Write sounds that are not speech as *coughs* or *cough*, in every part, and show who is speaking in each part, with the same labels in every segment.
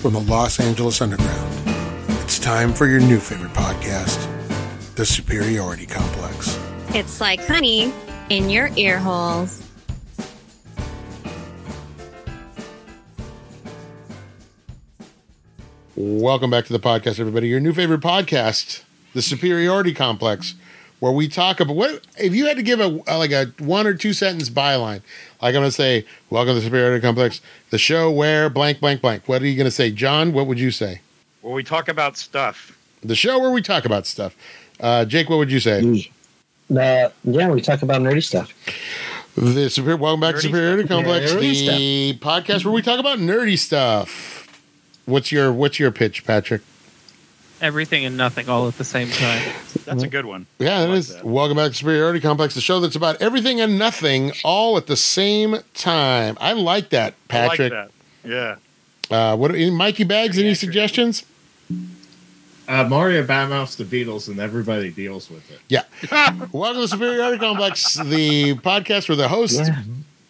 Speaker 1: from the Los Angeles Underground. It's time for your new favorite podcast, The Superiority Complex.
Speaker 2: It's like honey in your ear holes.
Speaker 1: Welcome back to the podcast, everybody. Your new favorite podcast, The Superiority Complex, where we talk about what if you had to give a like a one or two sentence byline. Like I'm going to say, "Welcome to the Superiority Complex, the show where blank blank blank." What are you going to say, John? What would you say?
Speaker 3: Well, we talk about stuff.
Speaker 1: The show where we talk about stuff. Uh, Jake, what would you say?
Speaker 4: Mm. Uh, yeah, we talk about nerdy stuff.
Speaker 1: The super, welcome back to
Speaker 3: Nerdy
Speaker 1: Superiority Complex,
Speaker 4: Nerdy
Speaker 1: the podcast where we talk about nerdy stuff. What's your What's your pitch, Patrick?
Speaker 5: everything and nothing all at the same time.
Speaker 3: That's
Speaker 1: Mm-hmm.
Speaker 3: a good one.
Speaker 1: Yeah, that
Speaker 3: like
Speaker 1: is.
Speaker 3: that.
Speaker 1: Welcome back to Superiority Complex, the show that's about everything and nothing all at the same time. I like that,
Speaker 3: I like
Speaker 1: Patrick.
Speaker 3: that. Yeah.
Speaker 1: Uh, what any- Mikey Bags? Any
Speaker 3: Patrick.
Speaker 1: suggestions?
Speaker 6: Uh, Mario badmouths the Beatles and everybody deals with it.
Speaker 1: Welcome to Superiority Complex, the podcast where the host
Speaker 4: Yeah.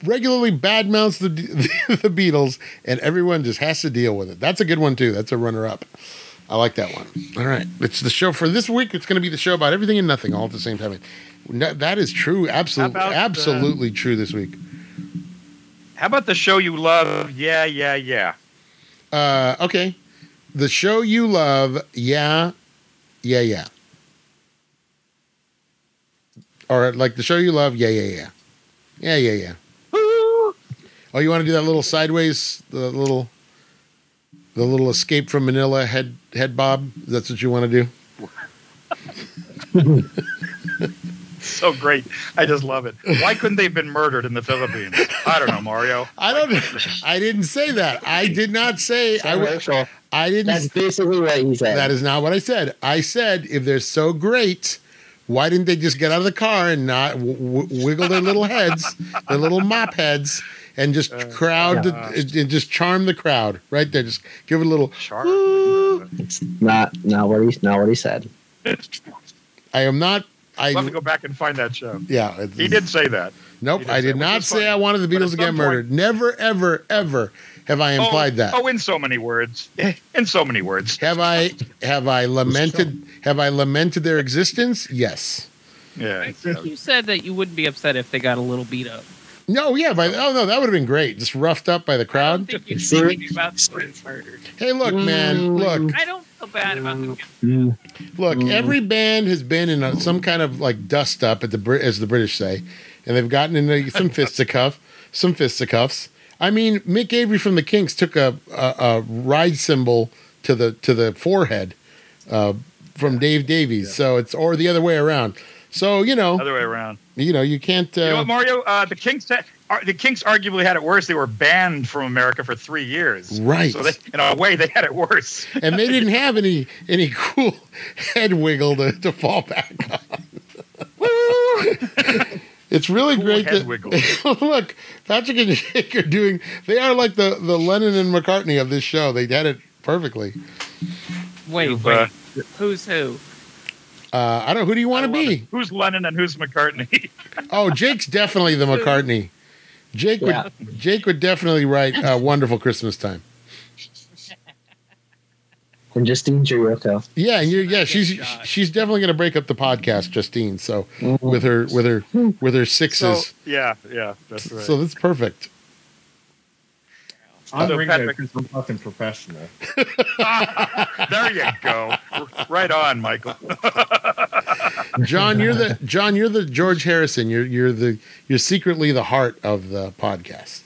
Speaker 1: regularly badmouths the, *laughs* the Beatles, and everyone just has to deal with it. That's a good one too. That's a runner up. I like that one. All right, it's the show for this week. It's going to be the show about everything and nothing all at the same time. No, that is true. Absolutely,
Speaker 3: How about, uh,
Speaker 1: absolutely true this week.
Speaker 3: How about the show you love? Yeah, yeah, yeah.
Speaker 1: Uh, okay, the show you love. Yeah, yeah, yeah. Or like the show you love. Yeah, yeah, yeah, yeah, yeah, *laughs* yeah.
Speaker 3: Woo!
Speaker 1: Oh, you want to do that little sideways, the little, the little escape from Manila head head bob? That's what you want to do.
Speaker 3: So great. I just love it. Why couldn't they have been murdered in the Philippines? I don't know, Mario.
Speaker 1: I don't.
Speaker 3: *laughs*
Speaker 1: I didn't say that. I did not say. I. w-
Speaker 4: Racial.
Speaker 1: I
Speaker 4: That's
Speaker 1: didn't.
Speaker 4: basically what he said.
Speaker 1: That is not what I said. I said if they're so great, why didn't they just get out of the car and not w- w- wiggle their little heads, their little mop heads, and just crowd,
Speaker 3: Uh, yeah.
Speaker 1: the, and just charm the crowd right there? Just give it a little.
Speaker 3: Charm.
Speaker 4: It's not not what he not what he said.
Speaker 1: I am not. I.
Speaker 3: Let me go back and find that show.
Speaker 1: Yeah, it's-
Speaker 3: He did say that.
Speaker 1: Nope,
Speaker 3: He did
Speaker 1: I
Speaker 3: say it,
Speaker 1: did
Speaker 3: which
Speaker 1: not
Speaker 3: is
Speaker 1: say
Speaker 3: funny.
Speaker 1: I wanted the
Speaker 3: But
Speaker 1: Beatles
Speaker 3: at
Speaker 1: to get
Speaker 3: some
Speaker 1: murdered. Never, ever, ever have I implied
Speaker 3: oh,
Speaker 1: that.
Speaker 3: Oh, in so many words. *laughs* In so many words.
Speaker 1: Have
Speaker 3: *laughs*
Speaker 1: I have I lamented have I lamented their existence? Yes.
Speaker 3: Yeah.
Speaker 5: I think you said that you wouldn't be upset if they got a little beat up.
Speaker 1: No, yeah, but oh no, that would have been great. Just roughed up by the
Speaker 5: I don't
Speaker 1: crowd.
Speaker 5: think you'd
Speaker 4: See?
Speaker 5: feel bad about them getting murdered.
Speaker 1: Hey, look, man, look,
Speaker 5: I don't feel bad about
Speaker 3: Mm.
Speaker 5: them. Getting,
Speaker 1: look. Every band has been in a, some kind of like dust up, at the Brit- as the British say, and they've gotten into
Speaker 3: *laughs*
Speaker 1: some fisticuff, some fisticuffs. I mean, Mick Avery from the Kinks took a a, a ride cymbal to the to the forehead uh, from Dave Davies, so it's or the other way around. So you know,
Speaker 3: Other way around.
Speaker 1: you know, you can't. Uh,
Speaker 3: You know what, Mario? Uh, the Kings, ar- the Kings arguably had it worse. They were banned from America for three years.
Speaker 1: Right.
Speaker 3: So they, in a way, they had it worse.
Speaker 1: and they didn't have any any cool *laughs* head wiggle to, to fall back on. *laughs* it's really
Speaker 3: Cool
Speaker 1: great
Speaker 3: head
Speaker 1: that
Speaker 3: wiggle.
Speaker 1: *laughs* look, Patrick and Jake are doing. They are like the the Lennon and McCartney of this show. They did it perfectly.
Speaker 5: wait,
Speaker 3: You've,
Speaker 5: wait.
Speaker 3: uh,
Speaker 5: Who's who?
Speaker 1: Uh, I don't. Who do you want
Speaker 3: I
Speaker 1: to
Speaker 3: love
Speaker 1: be?
Speaker 3: it. Who's Lennon and
Speaker 1: *laughs*
Speaker 3: who's McCartney?
Speaker 1: Oh, Jake's definitely the McCartney. Jake would
Speaker 4: Yeah.
Speaker 1: Jake would definitely write uh, "Wonderful Christmas Time."
Speaker 4: And Justine Jericho.
Speaker 1: Yeah, and you're,
Speaker 5: Might
Speaker 1: yeah,
Speaker 5: get
Speaker 1: she's
Speaker 5: shot.
Speaker 1: she's definitely going to break up the podcast, Justine. So with her with her with her
Speaker 3: So,
Speaker 1: sixes,
Speaker 3: yeah, yeah, that's right.
Speaker 1: so that's perfect.
Speaker 6: I'm
Speaker 3: So
Speaker 6: Ringo
Speaker 3: Patrick-
Speaker 6: because I'm fucking professional.
Speaker 3: there you
Speaker 1: *laughs*
Speaker 3: go. Right on, Michael.
Speaker 1: John, you're
Speaker 3: *laughs*
Speaker 1: the John, you're the George Harrison. You're you're the you're secretly the heart of the podcast.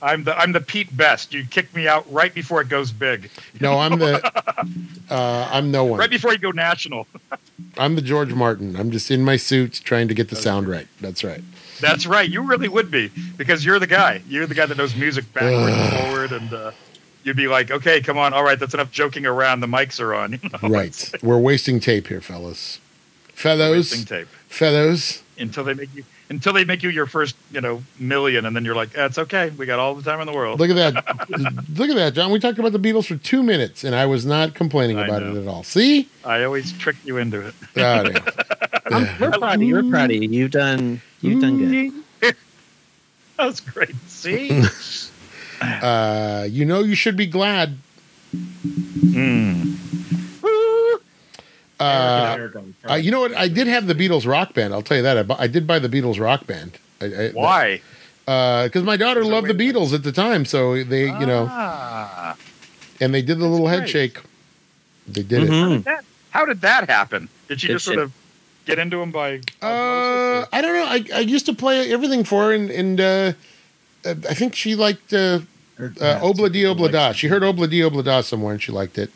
Speaker 3: I'm the I'm the Pete Best. You kick me out right before it goes big,
Speaker 1: No, I'm
Speaker 3: *laughs*
Speaker 1: the uh, I'm no one.
Speaker 3: right before you go national.
Speaker 1: I'm the George Martin. I'm just in my suits trying to get the sound right. That's right.
Speaker 3: That's right. You really would be because you're the guy. You're the guy that knows music backward and forward, and uh, you'd be like, okay, come on, all right, that's enough joking around. The mics are on. *laughs* You know,
Speaker 1: Right. We're wasting tape here, fellas.
Speaker 3: wasting
Speaker 1: Fellows,
Speaker 3: tape
Speaker 1: fellows.
Speaker 3: until they make you until they make you your first you know million, and then you're like, that's okay. We got all the time in the world.
Speaker 1: Look at that. Look at that, John. We talked about the Beatles for two minutes, and I was not complaining
Speaker 3: I
Speaker 1: about
Speaker 3: know.
Speaker 1: it at all. See?
Speaker 3: I always trick you into it.
Speaker 1: Ah, damn. *laughs*
Speaker 4: I'm, we're proud of you. We're proud of you. You've done you've done good.
Speaker 3: *laughs* That's great. See,
Speaker 1: *laughs* uh, you know you should be glad
Speaker 3: Mm. Woo!
Speaker 1: Uh,
Speaker 6: Eric and
Speaker 1: uh,
Speaker 6: I are going
Speaker 1: you know what? I did have the Beatles rock band. I'll tell you that. I, bu- I did buy the Beatles rock band. I, I,
Speaker 3: Why?
Speaker 1: Because my daughter
Speaker 3: There's no
Speaker 1: loved the
Speaker 3: way to-
Speaker 1: Beatles at the time, so they, you know,
Speaker 3: Ah.
Speaker 1: and they did the little head
Speaker 3: great.
Speaker 1: shake. They did it.
Speaker 3: Mm-hmm.
Speaker 4: Mhm.
Speaker 3: How did that happen? Did she
Speaker 4: Good
Speaker 3: just sort
Speaker 4: shit.
Speaker 3: of get into him by?
Speaker 1: Uh, I don't know. I, I used to play everything for her, and, and uh, uh, I think she liked uh,
Speaker 6: Heard
Speaker 1: uh,
Speaker 6: that.
Speaker 1: Obla Di Obla Da.
Speaker 6: Like-
Speaker 1: She heard Obla Di Obla Da somewhere, and she liked it.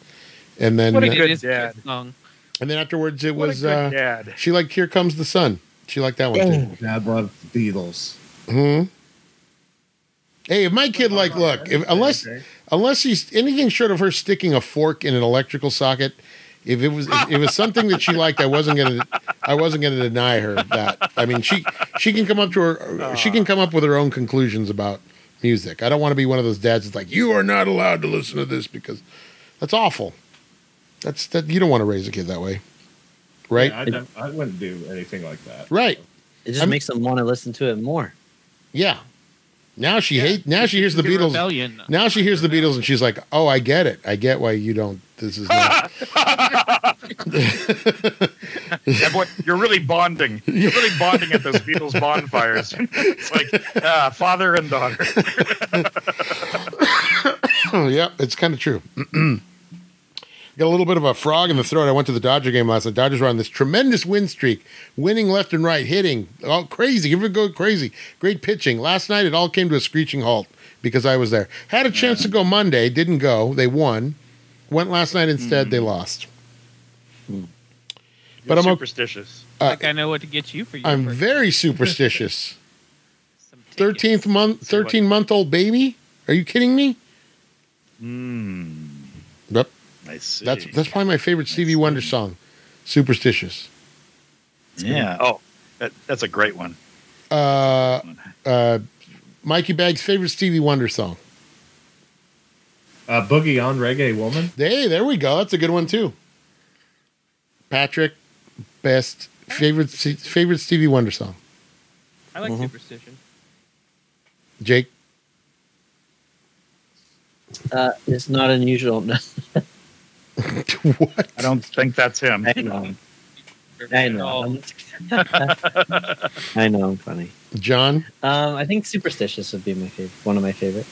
Speaker 1: And then,
Speaker 3: What a
Speaker 1: uh,
Speaker 5: It
Speaker 3: good
Speaker 5: is a
Speaker 3: dad.
Speaker 5: good song.
Speaker 1: and then afterwards, it
Speaker 3: What
Speaker 1: was
Speaker 3: a good
Speaker 1: uh, *laughs*
Speaker 3: dad.
Speaker 1: she liked "Here Comes the Sun." She liked that one too.
Speaker 6: Dad loved the Beatles.
Speaker 1: Hmm. Hey, if my kid like look, if, unless
Speaker 6: Okay.
Speaker 1: unless she's anything short of her sticking a fork in an electrical socket, if it was if it was something that she liked, I wasn't gonna I wasn't gonna deny her that. I mean, she she can come up to her she can come up with her own conclusions about music. I don't want to be one of those dads that's like, you are not allowed to listen to this because that's awful. That's that you don't want to raise a kid that way, right?
Speaker 6: Yeah, I, don't- I wouldn't do anything like that.
Speaker 1: Right.
Speaker 4: It just
Speaker 1: I'm-
Speaker 4: makes them want to listen to it more.
Speaker 1: Yeah. Now she hate. Now she hears the
Speaker 5: It's a
Speaker 1: Beatles.
Speaker 5: Rebellion.
Speaker 1: Now she hears the Beatles and she's like, "Oh, I get it. I get why you don't. This is not.
Speaker 3: Yeah, boy, you're really bonding. You're really bonding at those
Speaker 1: *laughs*
Speaker 3: Beatles bonfires. *laughs* it's like uh, father and
Speaker 1: *laughs*
Speaker 3: daughter.
Speaker 1: oh, yep, it's kind of true." *clears throat* Got a little bit of a frog in the throat. I went to the Dodger game last night. Dodgers were on this tremendous win streak, winning left and right, hitting all crazy. Everyone go crazy. Great pitching. Last night it all came to a screeching halt because I was there. Had a chance to go Monday, didn't go. They won. Went last night instead.
Speaker 3: Mm-hmm.
Speaker 1: They lost. But
Speaker 3: You're
Speaker 1: I'm o-
Speaker 3: superstitious.
Speaker 1: Uh,
Speaker 5: like I know what to get you for your
Speaker 1: I'm
Speaker 5: birthday.
Speaker 1: very
Speaker 3: *laughs*
Speaker 1: superstitious.
Speaker 5: Some tickets.
Speaker 1: Thirteenth month,
Speaker 3: See what-
Speaker 1: thirteen month old baby. Are you kidding me?
Speaker 3: Mm,
Speaker 1: Yep.
Speaker 3: I see.
Speaker 1: That's that's probably my favorite Stevie Wonder
Speaker 3: Mm-hmm.
Speaker 1: song, "Superstitious."
Speaker 3: yeah. Oh, that, that's a great one.
Speaker 1: Uh, uh, Mikey Bag's favorite Stevie Wonder song.
Speaker 6: Uh, Boogie on Reggae Woman.
Speaker 1: Hey, there we go. That's a good one too. Patrick, best favorite Se- favorite Stevie Wonder song.
Speaker 5: I like
Speaker 4: Mhm.
Speaker 1: Mm-hmm.
Speaker 5: superstition.
Speaker 1: Jake, *laughs*
Speaker 4: Uh, it's not unusual. *laughs* No,
Speaker 1: what?
Speaker 3: I don't think that's him.
Speaker 4: I know. I know. *laughs* I know. I'm funny.
Speaker 1: John,
Speaker 4: Um, I think superstitious would be my favorite. One of my favorite.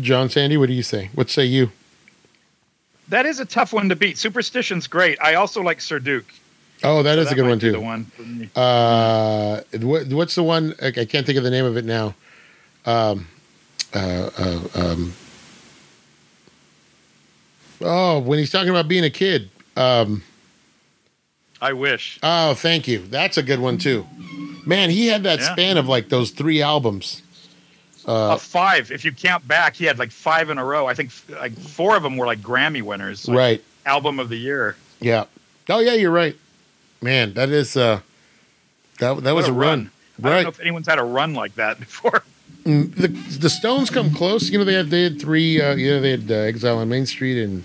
Speaker 1: John, Sandy. What do you say? What say you?
Speaker 3: That is a tough one to beat. Superstition's great. I also like Sir Duke.
Speaker 1: Oh, that
Speaker 3: So
Speaker 1: is a good
Speaker 3: might
Speaker 1: one
Speaker 3: be
Speaker 1: too.
Speaker 3: The one for me.
Speaker 1: uh, what, what's the one? I I can't think of the name of it now. Um, uh, uh, um, oh, when he's talking about being a kid. Um,
Speaker 3: I wish.
Speaker 1: oh, thank you. That's a good one too. Man, he had that
Speaker 3: Yeah.
Speaker 1: span of like those three albums.
Speaker 3: Uh, five. If you count back, he had like five in a row. I think like four of them were like Grammy winners, like,
Speaker 1: right.
Speaker 3: Album of the year.
Speaker 1: Yeah. Oh yeah, you're right. Man, that is uh, that that was
Speaker 3: a
Speaker 1: a run.
Speaker 3: I don't
Speaker 1: Right.
Speaker 3: know if anyone's had a run like that *laughs* before.
Speaker 1: Mm, the the Stones come close. You know they had they had three. Uh, you know they had uh, Exile on Main Street and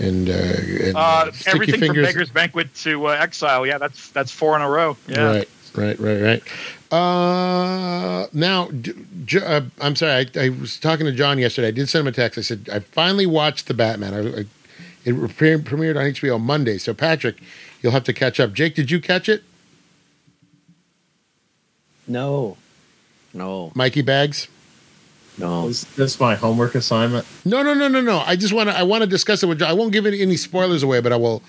Speaker 1: and, uh, and
Speaker 3: Uh,
Speaker 1: Sticky
Speaker 3: everything
Speaker 1: Fingers.
Speaker 3: from Beggar's Banquet to uh, Exile. Yeah, that's that's four in a row. Yeah.
Speaker 1: Right, right, right, right. Uh, now, d- J- uh, I'm sorry. I, I was talking to John yesterday. I did send him a text. I said I finally watched the Batman. I, I, it pre- premiered on HBO Monday. So Patrick, you'll have to catch up. Jake, did you catch it?
Speaker 4: No. No.
Speaker 1: Mikey Bags.
Speaker 4: No.
Speaker 6: Is this my homework assignment?
Speaker 1: No, no, no, no, no. I just want to. I want to discuss it with. John. I won't give any, any spoilers away, but I will.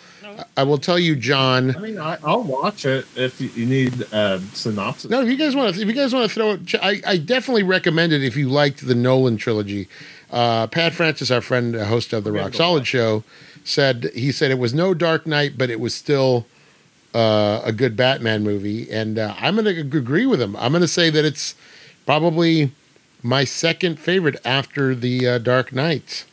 Speaker 1: I will tell you, John.
Speaker 6: I mean, I, I'll watch it if you, you need a synopsis.
Speaker 1: No, if you guys want to, if you guys want to throw it, ch- I, I definitely recommend it if you liked the Nolan trilogy. Uh, Pat Francis, our friend, uh, host of the Rock Solid Show, said he said it was no Dark Knight, but it was still uh, a good Batman movie, and uh, I'm going to agree with him. I'm going to say that it's probably my second favorite after the uh, Dark Knight.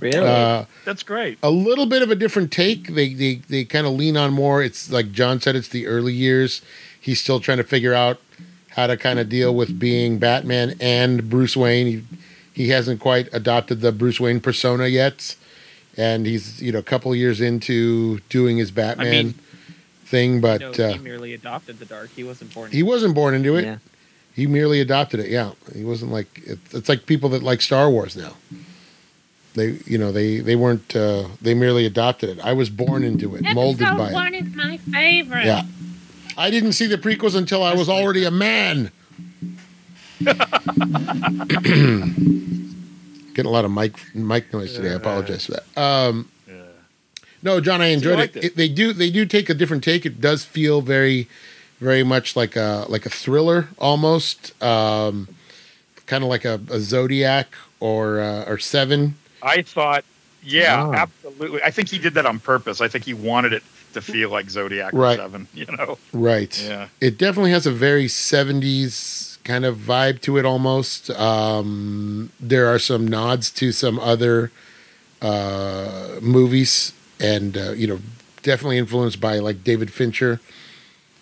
Speaker 4: Really?
Speaker 1: Uh,
Speaker 3: That's great.
Speaker 1: a little bit of a different take. They they they kind of lean on more. It's like John said, it's the early years. He's still trying to figure out how to kind of deal with being Batman and Bruce Wayne. He he hasn't quite adopted the Bruce Wayne persona yet, and he's you know a couple years into doing his Batman
Speaker 5: mean,
Speaker 1: thing, but
Speaker 5: no,
Speaker 1: uh,
Speaker 5: he merely adopted the dark. He wasn't born.
Speaker 1: he wasn't born into it.
Speaker 4: yeah.
Speaker 1: He merely adopted it. Yeah, he wasn't like it's it's like people that like Star Wars now. They, you know, they they weren't. Uh, they merely adopted it. I was born into it, molded
Speaker 7: Episode
Speaker 1: by it.
Speaker 7: one is my favorite.
Speaker 1: Yeah, I didn't see the prequels until I was already
Speaker 7: *laughs*
Speaker 1: a man. *clears throat* Getting a lot of mic mic noise today. I apologize for that. Um,
Speaker 3: Yeah.
Speaker 1: no, John, I enjoyed
Speaker 3: liked
Speaker 1: it.
Speaker 3: it.
Speaker 1: It- They do they do take a different take. It does feel very very much like a like a thriller almost, um, kind of like a, a Zodiac or uh, or Seven.
Speaker 3: I thought, yeah,
Speaker 4: Wow.
Speaker 3: absolutely. I think he did that on purpose. I think he wanted it to feel like Zodiac
Speaker 1: Right.
Speaker 3: or Seven. *laughs* You know,
Speaker 1: Right.
Speaker 3: yeah,
Speaker 1: It definitely has a very seventies kind of vibe to it almost. Um, there are some nods to some other uh, movies, and uh, you know, definitely influenced by like David Fincher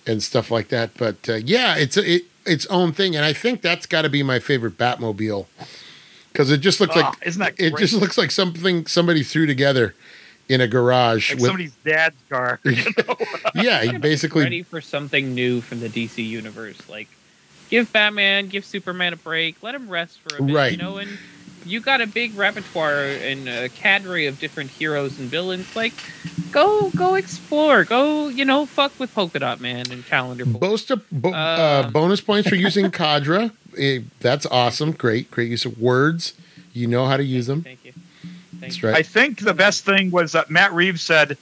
Speaker 1: and stuff like that. But uh, yeah, it's it, its own thing, and I think that's got to be my favorite Batmobile because it just looks
Speaker 3: Ah,
Speaker 1: like
Speaker 3: isn't that
Speaker 1: it
Speaker 3: great?
Speaker 1: just looks like something somebody threw together in a garage
Speaker 3: like
Speaker 1: with
Speaker 3: somebody's dad's
Speaker 1: *laughs*
Speaker 3: car. *laughs*
Speaker 1: yeah, he basically
Speaker 5: ready for something new from the DC universe. Like, give Batman, give Superman a break, let him rest for a bit.
Speaker 1: Right.
Speaker 5: You know, and you got a big repertoire and a cadre of different heroes and villains. Like, go, go explore. Go, you know, fuck with Polka Dot Man and Calendar Boy.
Speaker 1: Boast a, bo- uh,
Speaker 5: Uh.
Speaker 1: bonus points for
Speaker 5: *laughs*
Speaker 1: using Cadre. Eh, that's awesome. Great, great use of words. You know how to use them.
Speaker 5: Thank you. Thank
Speaker 1: That's
Speaker 5: you.
Speaker 3: I
Speaker 1: right.
Speaker 3: think the best thing was that Matt Reeves said,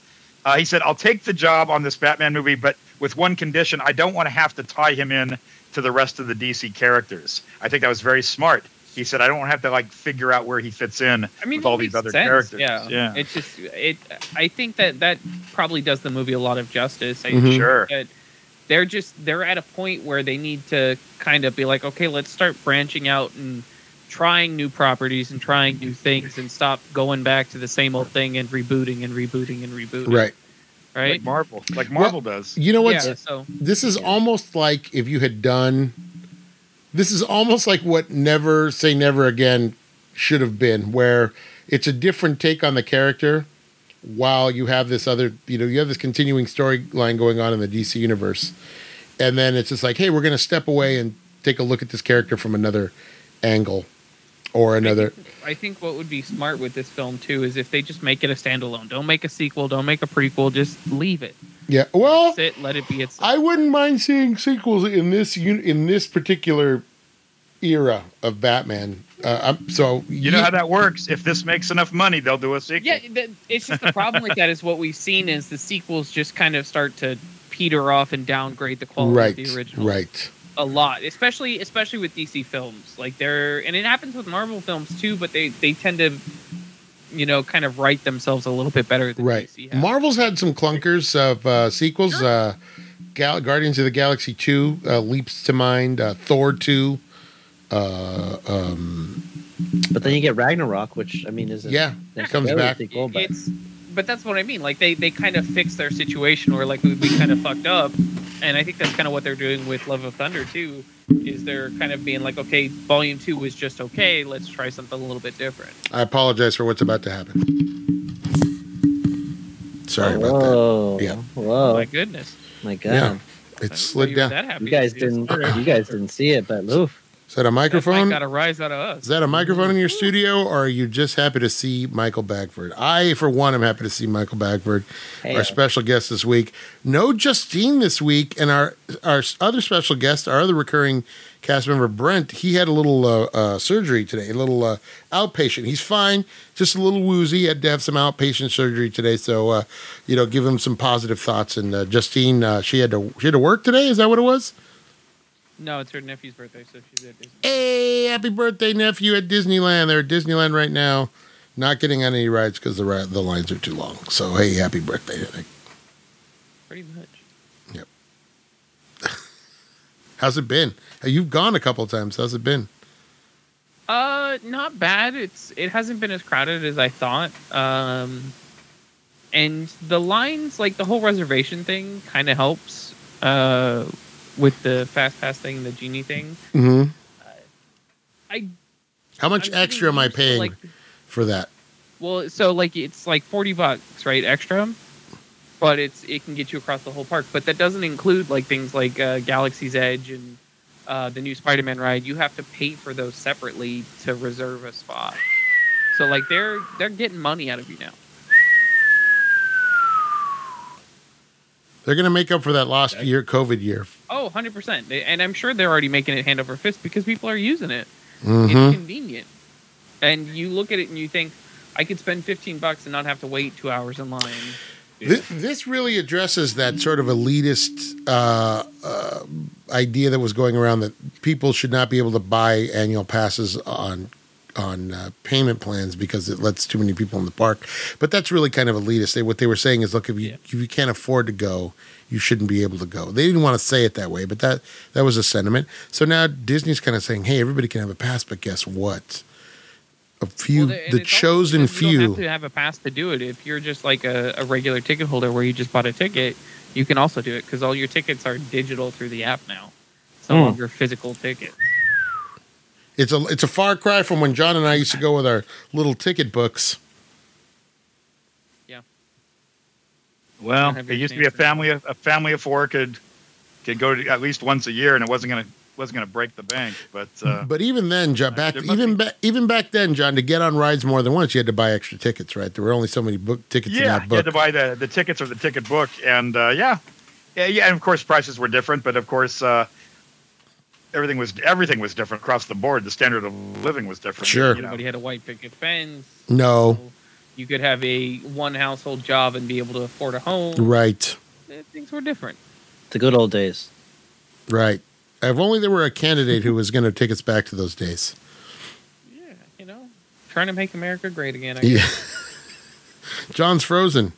Speaker 3: uh, he said, I'll take the job on this Batman movie, but with one condition, I don't want to have to tie him in to the rest of the DC characters. I think that was very smart. He said, I don't want to have to like figure out where he fits in
Speaker 5: I mean,
Speaker 3: with
Speaker 5: it
Speaker 3: all these
Speaker 5: makes
Speaker 3: other
Speaker 5: sense,
Speaker 3: characters.
Speaker 5: Yeah.
Speaker 3: Yeah.
Speaker 5: It's just it. I think that that probably does the movie a lot of justice. I
Speaker 1: Mhm.
Speaker 3: Sure.
Speaker 5: that they're just they're at a point where they need to kind of be like, okay, let's start branching out and trying new properties and trying new things and stop going back to the same old thing and rebooting and rebooting and rebooting.
Speaker 1: Right.
Speaker 5: Right.
Speaker 3: Like Marvel, like Marvel does.
Speaker 1: You know what?
Speaker 5: yeah. So
Speaker 1: This is almost like if you had done. This is almost like what Never Say Never Again should have been, where it's a different take on the character, while you have this other, you know, you have this continuing storyline going on in the DC universe, and then it's just like, hey, we're going to step away and take a look at this character from another angle, or another.
Speaker 5: I think what would be smart with this film too is if they just make it a standalone. Don't make a sequel. Don't make a prequel. Just leave it.
Speaker 1: Yeah. Well,
Speaker 5: Sit. Let it be its.
Speaker 1: I wouldn't mind seeing sequels in this un- in this particular era of Batman. Uh, I'm, so
Speaker 3: You know how that works. If this makes enough money, they'll do a sequel.
Speaker 5: Yeah, th- it's just the problem with that is what we've seen is the sequels just kind of start to peter off and downgrade the quality
Speaker 1: right,
Speaker 5: of the original
Speaker 1: right,
Speaker 5: a lot, especially especially with DC films. Like they're and it happens with Marvel films too, but they they tend to you know kind of write themselves a little bit better than
Speaker 1: right.
Speaker 5: DC. has.
Speaker 1: Marvel's had some clunkers of uh, sequels.
Speaker 5: Sure.
Speaker 1: Uh, Gal- Guardians of the Galaxy two uh, leaps to mind. Uh, Thor two. Uh, um,
Speaker 4: But then you get Ragnarok, which I mean isn't
Speaker 1: yeah,
Speaker 4: necessarily
Speaker 1: comes back.
Speaker 4: a sequel, but
Speaker 5: it's but that's what I mean. Like they they kind of fix their situation where like we, we kind of fucked up, and I think that's kind of what they're doing with Love of Thunder too. Is they're kind of being like, okay, Volume Two was just okay. Let's try something a little bit different.
Speaker 1: I apologize for what's about to happen. Sorry about that.
Speaker 5: Uh,
Speaker 4: whoa,
Speaker 1: Yeah.
Speaker 4: whoa,
Speaker 5: My goodness,
Speaker 4: my god,
Speaker 1: Yeah.
Speaker 5: I
Speaker 1: It
Speaker 5: didn't know
Speaker 1: slid
Speaker 5: you were
Speaker 1: down.
Speaker 5: That
Speaker 4: Oh.
Speaker 5: happy
Speaker 4: you guys
Speaker 5: to see us.
Speaker 4: didn't,
Speaker 5: That
Speaker 4: you guys didn't see it, but oof,
Speaker 1: Is that a microphone?
Speaker 5: mic Got a rise out of
Speaker 1: Is
Speaker 5: us.
Speaker 1: that a microphone in your studio, or are you just happy to see Michael Bagford? I, for one, am happy to see Michael Bagford,
Speaker 4: hey,
Speaker 1: our special guest this week. No Justine this week, and our our other special guest, our other recurring cast member Brent, he had a little uh, uh, surgery today, a little uh, outpatient. He's fine, just a little woozy. Had to have some outpatient surgery today, so uh, you know, give him some positive thoughts. And uh, Justine, uh, she had to she had to work today. Is that what it was?
Speaker 5: No, it's her nephew's birthday, so she's at Disney.
Speaker 1: Hey, happy birthday, nephew at Disneyland. They're at Disneyland right now. Not getting on any rides because the ri- the lines are too long. So hey, happy birthday!
Speaker 5: Pretty much.
Speaker 1: How's it been? Hey, You've gone a couple times. How's it been?
Speaker 5: Uh, not bad. It's it hasn't been as crowded as I thought. Um, and the lines, like the whole reservation thing, kind of helps. Uh, with the fast pass thing, and the genie thing.
Speaker 1: Mm-hmm.
Speaker 5: I
Speaker 1: How much
Speaker 5: I'm getting
Speaker 1: extra am I
Speaker 5: used to,
Speaker 1: paying
Speaker 5: Like,
Speaker 1: for that?
Speaker 5: well, so like it's like forty bucks, right, extra. But it's it can get you across the whole park. But that doesn't include like things like uh, Galaxy's Edge and uh, the new Spider-Man ride, you have to pay for those separately to reserve a spot. So like they're they're getting money out of you now.
Speaker 1: They're going to make up for that lost
Speaker 6: Okay.
Speaker 1: year, COVID year.
Speaker 5: Oh, 100%. They- And I'm sure they're already making it hand over fist because people are using it.
Speaker 1: Mhm.
Speaker 5: It's convenient. And you look at it and you think, I could spend 15 bucks and not have to wait two hours in line.
Speaker 1: This, this really addresses that sort of elitist uh, uh, idea that was going around that people should not be able to buy annual passes on on uh, payment plans because it lets too many people in the park. But that's really kind of elitist. They, what they were saying is, look, if you
Speaker 5: Yeah.
Speaker 1: if you can't afford to go, you shouldn't be able to go. They didn't want to say it that way, but that that was a sentiment. So now Disney's kind of saying, hey, everybody can have a pass, but guess what? A few,
Speaker 5: Well, and
Speaker 1: the
Speaker 5: it's also
Speaker 1: chosen
Speaker 5: because You
Speaker 1: few.
Speaker 5: don't have to have a pass to do it. If you're just like a, a regular ticket holder where you just bought a ticket, you can also do it because all your tickets are digital through the app now. It's no
Speaker 4: Hmm.
Speaker 5: longer physical ticket.
Speaker 1: It's a it's a far cry from when John and I used to go with our little ticket books.
Speaker 3: Well,
Speaker 5: Have
Speaker 3: it
Speaker 5: your
Speaker 3: used to be a
Speaker 5: chances.
Speaker 3: family of a family of four could could go to at least once a year, and it wasn't gonna wasn't gonna break the bank. But uh,
Speaker 1: But even then, John, back
Speaker 3: there must
Speaker 1: even
Speaker 3: be-
Speaker 1: ba- even back then, John, to get on rides more than once, you had to buy extra tickets, right? There were only so many book tickets in
Speaker 3: yeah,
Speaker 1: that
Speaker 3: you
Speaker 1: book.
Speaker 3: had to buy the the tickets or the ticket book, and uh, yeah, yeah, yeah, and of course prices were different, but of course. Uh, Everything was everything was different across the board. The standard of living was different.
Speaker 1: Sure.
Speaker 3: you know.
Speaker 5: Everybody had a white picket fence.
Speaker 1: no,
Speaker 5: You could have a one household job and be able to afford a home.
Speaker 1: right,
Speaker 5: Eh, Things were different.
Speaker 4: The good old days.
Speaker 1: right. If only there were a candidate who was going to take us back to those days.
Speaker 5: Yeah, you know, trying to make America great again. I guess.
Speaker 1: Yeah. *laughs* John's frozen.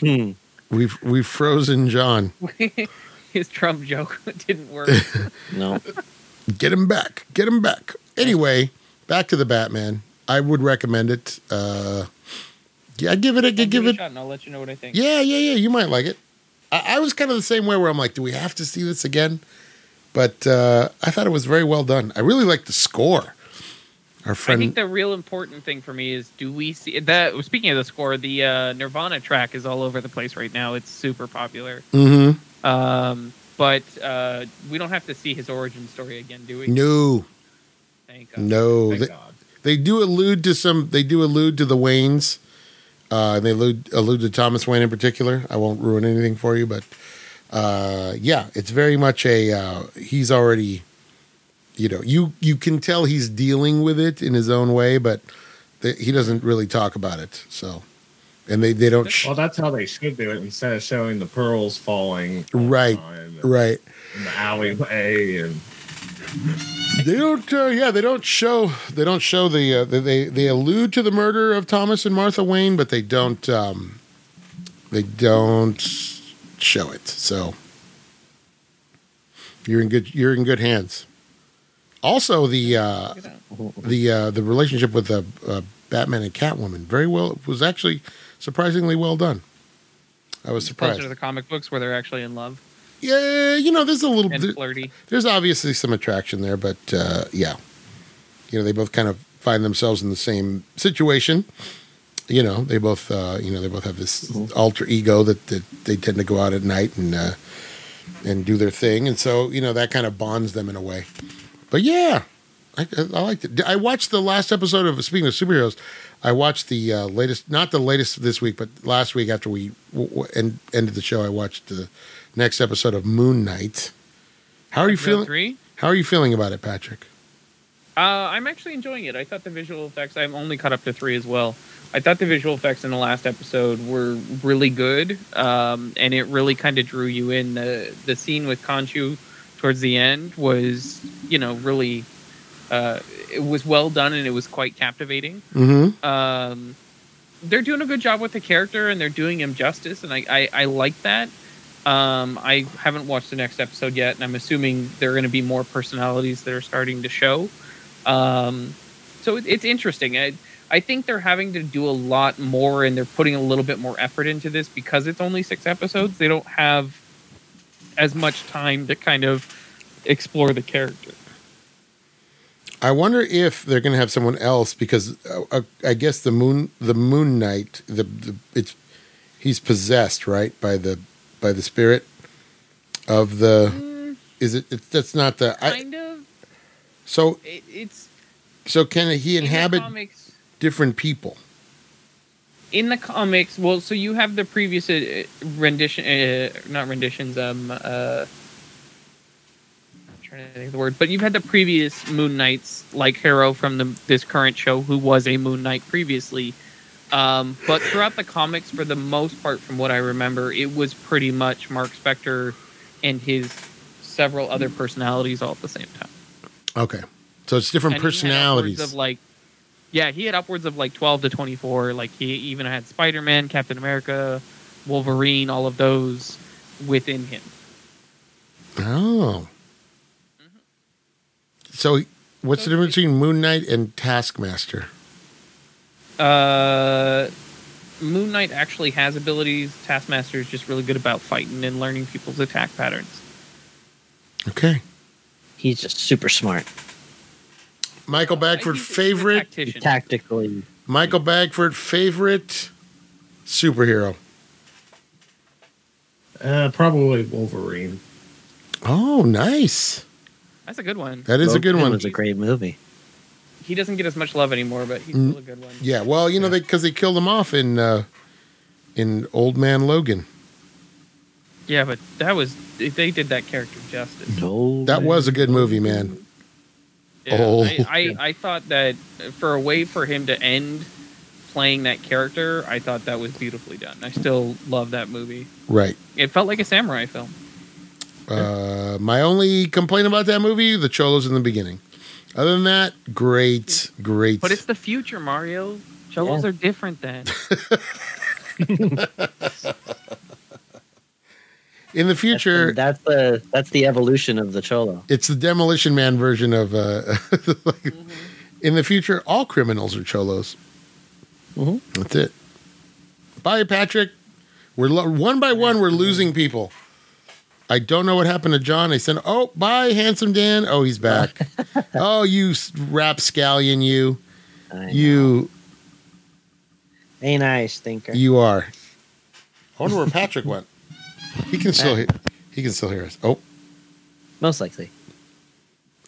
Speaker 4: Hmm.
Speaker 1: We've we've frozen John.
Speaker 5: His *laughs* Trump joke didn't work.
Speaker 4: No.
Speaker 1: Get him back. Get him back. Anyway, back to the Batman. I would recommend it. Uh, yeah, I give it. I
Speaker 5: I'll
Speaker 1: give
Speaker 5: a
Speaker 1: it.
Speaker 5: shot and I'll let you know what I think.
Speaker 1: Yeah, yeah, yeah. You might like it. I, I was kind of the same way where I'm like, do we have to see this again? But uh, I thought it was very well done. I really like the score. Our
Speaker 5: I
Speaker 1: friend,
Speaker 5: think the real important thing for me is do we see that? Speaking of the score, the uh, Nirvana track is all over the place right now. It's super popular.
Speaker 1: Mhm.
Speaker 5: Um, but uh, we don't have to see his origin story again, do we?
Speaker 1: no,
Speaker 5: Thank God.
Speaker 1: no,
Speaker 6: Thank
Speaker 1: they,
Speaker 6: God.
Speaker 1: they do allude to some. They do allude to the Waynes. Uh, and they allude, allude to Thomas Wayne in particular. I won't ruin anything for you, but uh, yeah, it's very much a. Uh, he's already, you know, you you can tell he's dealing with it in his own way, but th- he doesn't really talk about it. So, and they they don't. Sh-
Speaker 6: Well, that's how they should do it instead of showing the pearls falling. all the
Speaker 1: Right,
Speaker 6: time and
Speaker 1: Right.
Speaker 6: In the alleyway and
Speaker 1: They don't. Uh, yeah, they don't show. They don't show the. Uh, they- they they allude to the murder of Thomas and Martha Wayne, but they don't. Um, they don't show it. So you're in good. You're in good hands. Also, the uh,
Speaker 5: Check it out.
Speaker 1: the uh, the relationship with uh, uh, Batman and Catwoman very well was actually surprisingly well done. I was
Speaker 5: Closer to
Speaker 1: surprised.
Speaker 5: the comic books where they're actually in love
Speaker 1: Yeah, you know, there's a little.
Speaker 5: and
Speaker 1: there-
Speaker 5: flirty.
Speaker 1: there's obviously some attraction there, but uh, yeah, you know, they both kind of find themselves in the same situation. You know, they both, uh, you know, they both have this alter ego that, that they tend to go out at night and uh, and do their thing, and so you know that kind of bonds them in a way. But yeah, I, I liked it. I watched the last episode of speaking of superheroes. I watched the uh, latest, not the latest this week, but last week after we w- w- end, ended the show, I watched the next episode of Moon Knight. How are you
Speaker 5: Episode
Speaker 1: feeling?
Speaker 5: Three.
Speaker 1: How are you feeling about it, Patrick?
Speaker 5: Uh, I'm actually enjoying it. I thought the visual effects. I'm only caught up to three as well. I thought the visual effects in the last episode were really good, um, and it really kind of drew you in. the The scene with Kanchu towards the end was, you know, really uh, it was well done and it was quite captivating.
Speaker 1: Mm-hmm.
Speaker 5: Um, they're doing a good job with the character and they're doing him justice, and I I, I like that. Um, I haven't watched the next episode yet, and I'm assuming there are going to be more personalities that are starting to show. Um, so it, it's interesting. I, I think they're having to do a lot more, and they're putting a little bit more effort into this because it's only six episodes. They don't have as much time to kind of explore the character.
Speaker 1: I wonder if they're going to have someone else because uh, uh, I guess the moon, the Moon Knight, the, the it's
Speaker 5: Mm.
Speaker 1: he's possessed right by the by the spirit of the. Is it? it that's not the. I,
Speaker 5: kind of.
Speaker 1: so
Speaker 5: It, it's
Speaker 1: so can he
Speaker 5: in the
Speaker 1: inhabit
Speaker 5: comics.
Speaker 1: different people?
Speaker 5: In the comics, well, so you have the previous uh, rendition, uh, not renditions. Um, uh, I'm trying to think of the word, but you've had the previous Moon Knights, like Harrow from the this current show, who was a Moon Knight previously. Um, but throughout the comics, for the most part, from what I remember, it was pretty much Mark Spector and his several other personalities all at the same time.
Speaker 1: Okay, so it's different
Speaker 5: And he had upwards
Speaker 1: personalities.
Speaker 5: of like yeah he had upwards of like 12 to 24 like he even had spider-man captain america wolverine all of those within him
Speaker 1: oh. So what's the difference
Speaker 5: Mm-hmm. So it's-
Speaker 1: between Moon Knight and Taskmaster?
Speaker 5: uh moon knight actually has abilities taskmaster is just really good about fighting and learning people's attack patterns
Speaker 1: Okay,
Speaker 4: He's just super smart.
Speaker 1: Michael
Speaker 5: I
Speaker 1: Bagford
Speaker 5: think he's a
Speaker 1: favorite.
Speaker 5: tactician.
Speaker 4: Tactically,
Speaker 1: Michael Bagford favorite superhero.
Speaker 6: Uh, probably Wolverine.
Speaker 1: Oh, nice.
Speaker 5: that's a good one
Speaker 1: That is a good
Speaker 4: Logan
Speaker 1: one.
Speaker 4: Was a great movie.
Speaker 5: he doesn't get as much love anymore but he's
Speaker 1: Mm.
Speaker 5: still a good one
Speaker 1: Yeah, well, you know, because they, killed him off in uh, in Old Man Logan.
Speaker 5: yeah but that was they did that character justice
Speaker 4: No,
Speaker 1: Mm-hmm. That was a good movie, man.
Speaker 5: Yeah,
Speaker 1: Oh.
Speaker 5: I, I, I thought that for a way for him to end playing that character, I thought that was beautifully done. I still love that movie.
Speaker 1: Right.
Speaker 5: It felt like a samurai film.
Speaker 1: Uh, my only complaint about that movie: the cholos in the beginning. Other than that, great, great.
Speaker 5: But it's the future, Mario. Cholos
Speaker 4: Yeah.
Speaker 5: are different *laughs* then.
Speaker 1: in the future,
Speaker 4: That's the that's the evolution of the cholo.
Speaker 1: it's the Demolition Man version of. Uh, *laughs* like, in the future, all criminals are cholos.
Speaker 4: Mhm.
Speaker 1: That's it. Bye, Patrick. We're lo- one by one. We're losing people. I don't know what happened to John. I said, "Oh, bye, handsome Dan." Oh, he's back. oh, you s- rapscallion, you,
Speaker 4: I
Speaker 1: you,
Speaker 4: ain't nice thinker.
Speaker 1: you are. I wonder where Patrick went. He can still hear. He can still hear us. Oh,
Speaker 4: Most likely.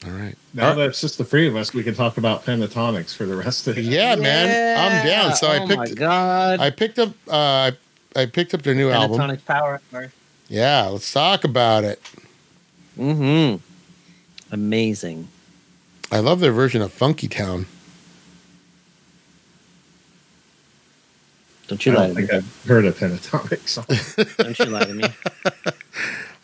Speaker 1: all right.
Speaker 6: Now
Speaker 1: Uh,
Speaker 6: that it's just the three of us, we can talk about pentatonics for the rest of the
Speaker 1: Yeah, man, I'm down. So
Speaker 4: oh
Speaker 1: I
Speaker 4: my
Speaker 1: picked.
Speaker 4: god.
Speaker 1: I picked up. Uh, I- I picked up their new album.
Speaker 4: Pentatonic power.
Speaker 1: Yeah, let's talk about it.
Speaker 4: Mm-hmm. Amazing.
Speaker 1: I love their version of Funky Town.
Speaker 4: Don't
Speaker 6: I
Speaker 4: you lie
Speaker 6: don't
Speaker 4: to me.
Speaker 6: think I've heard of pentatonics.
Speaker 4: Don't you lie to me.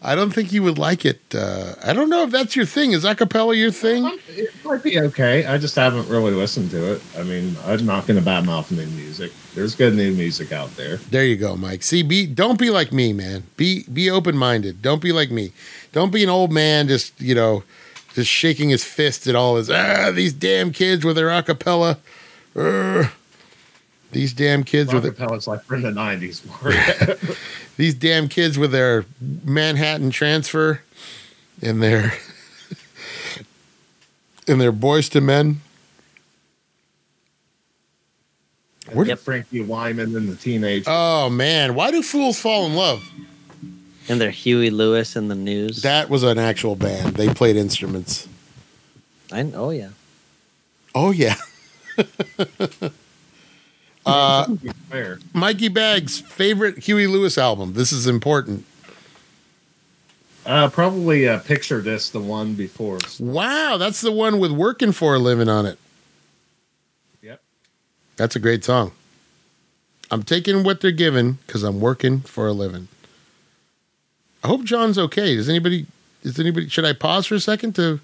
Speaker 1: I don't think you would like it. Uh, I don't know if that's your thing. Is acapella your thing?
Speaker 6: it might be okay. I just haven't really listened to it. I mean, I'm not going to badmouth new music. There's good new music out there.
Speaker 1: There you go, Mike. See, be don't be like me, man. Be be open minded. Don't be like me. Don't be an old man just you know just shaking his fist at all his ah these damn kids with their acapella. Urgh. These damn kids with
Speaker 6: Rock Capella's like we're in the '90s.
Speaker 1: *laughs*
Speaker 6: Mario.
Speaker 1: these damn kids with their Manhattan transfer and their *laughs* and their boys to men. What-
Speaker 6: And Frankie Wyman and the teenage.
Speaker 1: Oh man, why do fools fall in love?
Speaker 4: And they're Huey Lewis in the news.
Speaker 1: That was an actual band. They played instruments.
Speaker 4: I, oh yeah.
Speaker 1: Oh yeah. *laughs* uh,
Speaker 6: Fair.
Speaker 1: Mikey Baggs' favorite Huey Lewis album. This is important.
Speaker 6: Uh, probably uh, picture this the one before.
Speaker 1: Wow, that's the one with "Working for a Living" on it.
Speaker 6: Yep.
Speaker 1: That's a great song. I'm taking what they're giving because I'm working for a living. I hope John's okay. Does anybody? Is anybody? Should I pause for a second to?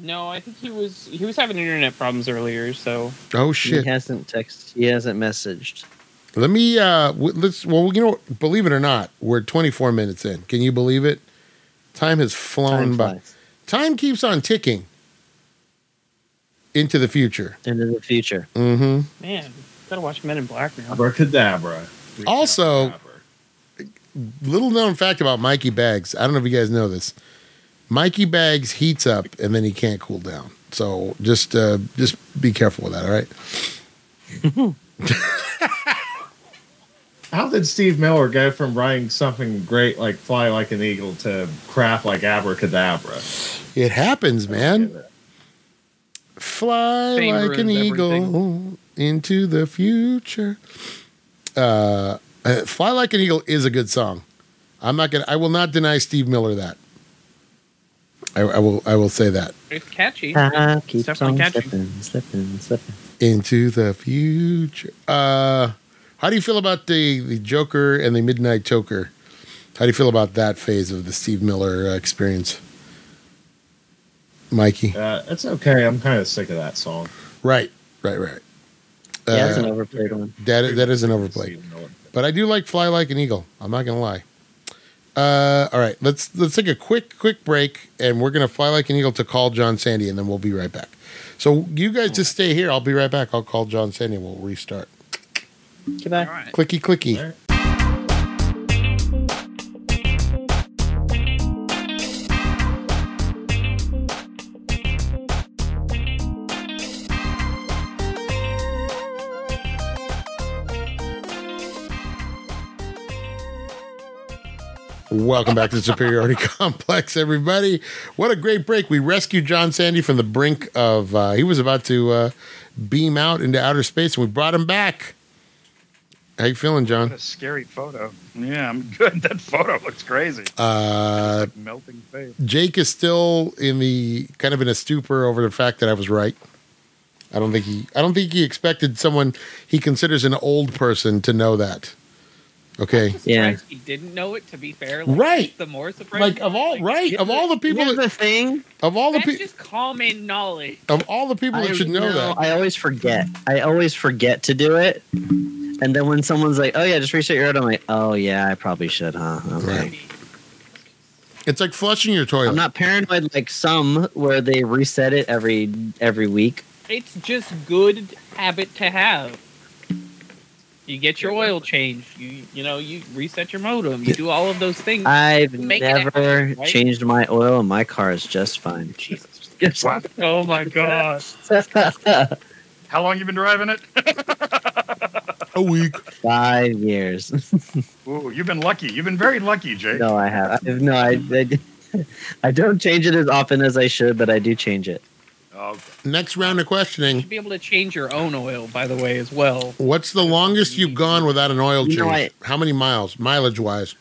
Speaker 5: No, I think he was he was having internet problems earlier, so
Speaker 1: Oh shit!
Speaker 4: He hasn't texted. He hasn't messaged.
Speaker 1: Let me. uh w- Let's. Well, you know, believe it or not, we're 24 minutes in. Can you believe it? Time has flown
Speaker 4: Time
Speaker 1: by.
Speaker 4: flies.
Speaker 1: Time keeps on ticking. Into the future.
Speaker 4: Into the future.
Speaker 1: Mm-hmm.
Speaker 5: man, gotta watch Men in Black now.
Speaker 6: Abracadabra.
Speaker 1: Also-
Speaker 6: Abracadabra.
Speaker 1: little known fact about Mikey Bags. I don't know if you guys know this. Mikey Bags heats up and then he can't cool down. So just uh, just be careful with that. All right.
Speaker 6: How did Steve Miller go from writing something great like "Fly Like an Eagle" to crap like "Abracadabra"?
Speaker 1: It happens, man. Fly
Speaker 5: Fame
Speaker 1: like an
Speaker 5: ruins
Speaker 1: eagle into the future. Uh, uh, Fly like an eagle is a good song. I'm not gonna. I will not deny Steve Miller that. I, I will. I will say that.
Speaker 5: It's catchy.
Speaker 4: Ah,
Speaker 5: It's
Speaker 4: keeps
Speaker 5: definitely
Speaker 4: on
Speaker 5: catchy.
Speaker 4: slipping, slipping, slipping.
Speaker 1: Into the future. Uh, how do you feel about the the Joker and the Midnight Toker? How do you feel about that phase of the Steve Miller uh, experience, Mikey?
Speaker 6: Uh, it's okay. I'm kind of sick of that song.
Speaker 1: Right, right, right.
Speaker 4: Yeah, that's
Speaker 1: Uh,
Speaker 4: an overplayed one.
Speaker 1: that that is an overplay,
Speaker 6: Steve Miller.
Speaker 1: but I do like "Fly Like an Eagle." I'm not gonna lie. Uh, all right, let's let's take a quick quick break, and we're gonna fly like an eagle to call John Sandy, and then we'll be right back. So you guys just stay here. I'll be right back. I'll call John Sandy. and We'll restart.
Speaker 4: Goodbye.
Speaker 5: All right.
Speaker 1: Clicky clicky.
Speaker 6: All right.
Speaker 1: Welcome back to Superiority *laughs* Complex, everybody. What a great break. We rescued John Sandy from the brink of, uh, he was about to uh, beam out into outer space, and we brought him back. How you feeling,
Speaker 3: What
Speaker 1: John?
Speaker 3: a scary photo. Yeah, I'm good. *laughs* That photo looks crazy.
Speaker 1: Uh,
Speaker 3: Melting face.
Speaker 1: Jake is still in the kind of in a stupor over the fact that I was right. I don't think he, I don't think he expected someone he considers an old person to know that. Okay.
Speaker 4: Yeah.
Speaker 5: Surprised He didn't know it. To be fair,
Speaker 1: Right.
Speaker 5: The more surprising.
Speaker 1: Like of all right, of all the people,
Speaker 4: Here's
Speaker 1: that,
Speaker 4: the thing.
Speaker 1: of all the
Speaker 5: That's
Speaker 1: people,
Speaker 5: just common knowledge.
Speaker 1: of all the people
Speaker 4: I
Speaker 1: that should know
Speaker 4: know-
Speaker 1: that.
Speaker 4: I always forget. I always forget to do it. And then when someone's like, "Oh yeah, just reset your head," I'm like, "Oh yeah, I probably should, huh?" Okay.
Speaker 1: Right. It's like flushing your toilet.
Speaker 4: I'm not paranoid like some where they reset it every every week.
Speaker 5: It's just good habit to have. You get your oil changed. You you know you reset your modem. You do all of those things.
Speaker 4: I've
Speaker 5: Make it
Speaker 4: never
Speaker 5: happen, right?
Speaker 4: changed my oil, and my car is just fine.
Speaker 5: Jesus.
Speaker 4: Yes.
Speaker 3: Wow.
Speaker 5: Oh my god.
Speaker 3: How long you been driving it?
Speaker 1: a week.
Speaker 4: *laughs* Five years.
Speaker 3: Ooh, you've been lucky. You've been very lucky, Jake.
Speaker 4: No, I have. I've- No, I, I, I don't change it as often as I should, but I do change it.
Speaker 3: Oh,
Speaker 1: Next round of questioning.
Speaker 5: should be able to change your own oil, by the way, as well.
Speaker 1: What's the longest you've gone without an oil change?
Speaker 4: You know, I-
Speaker 1: how many miles, mileage wise?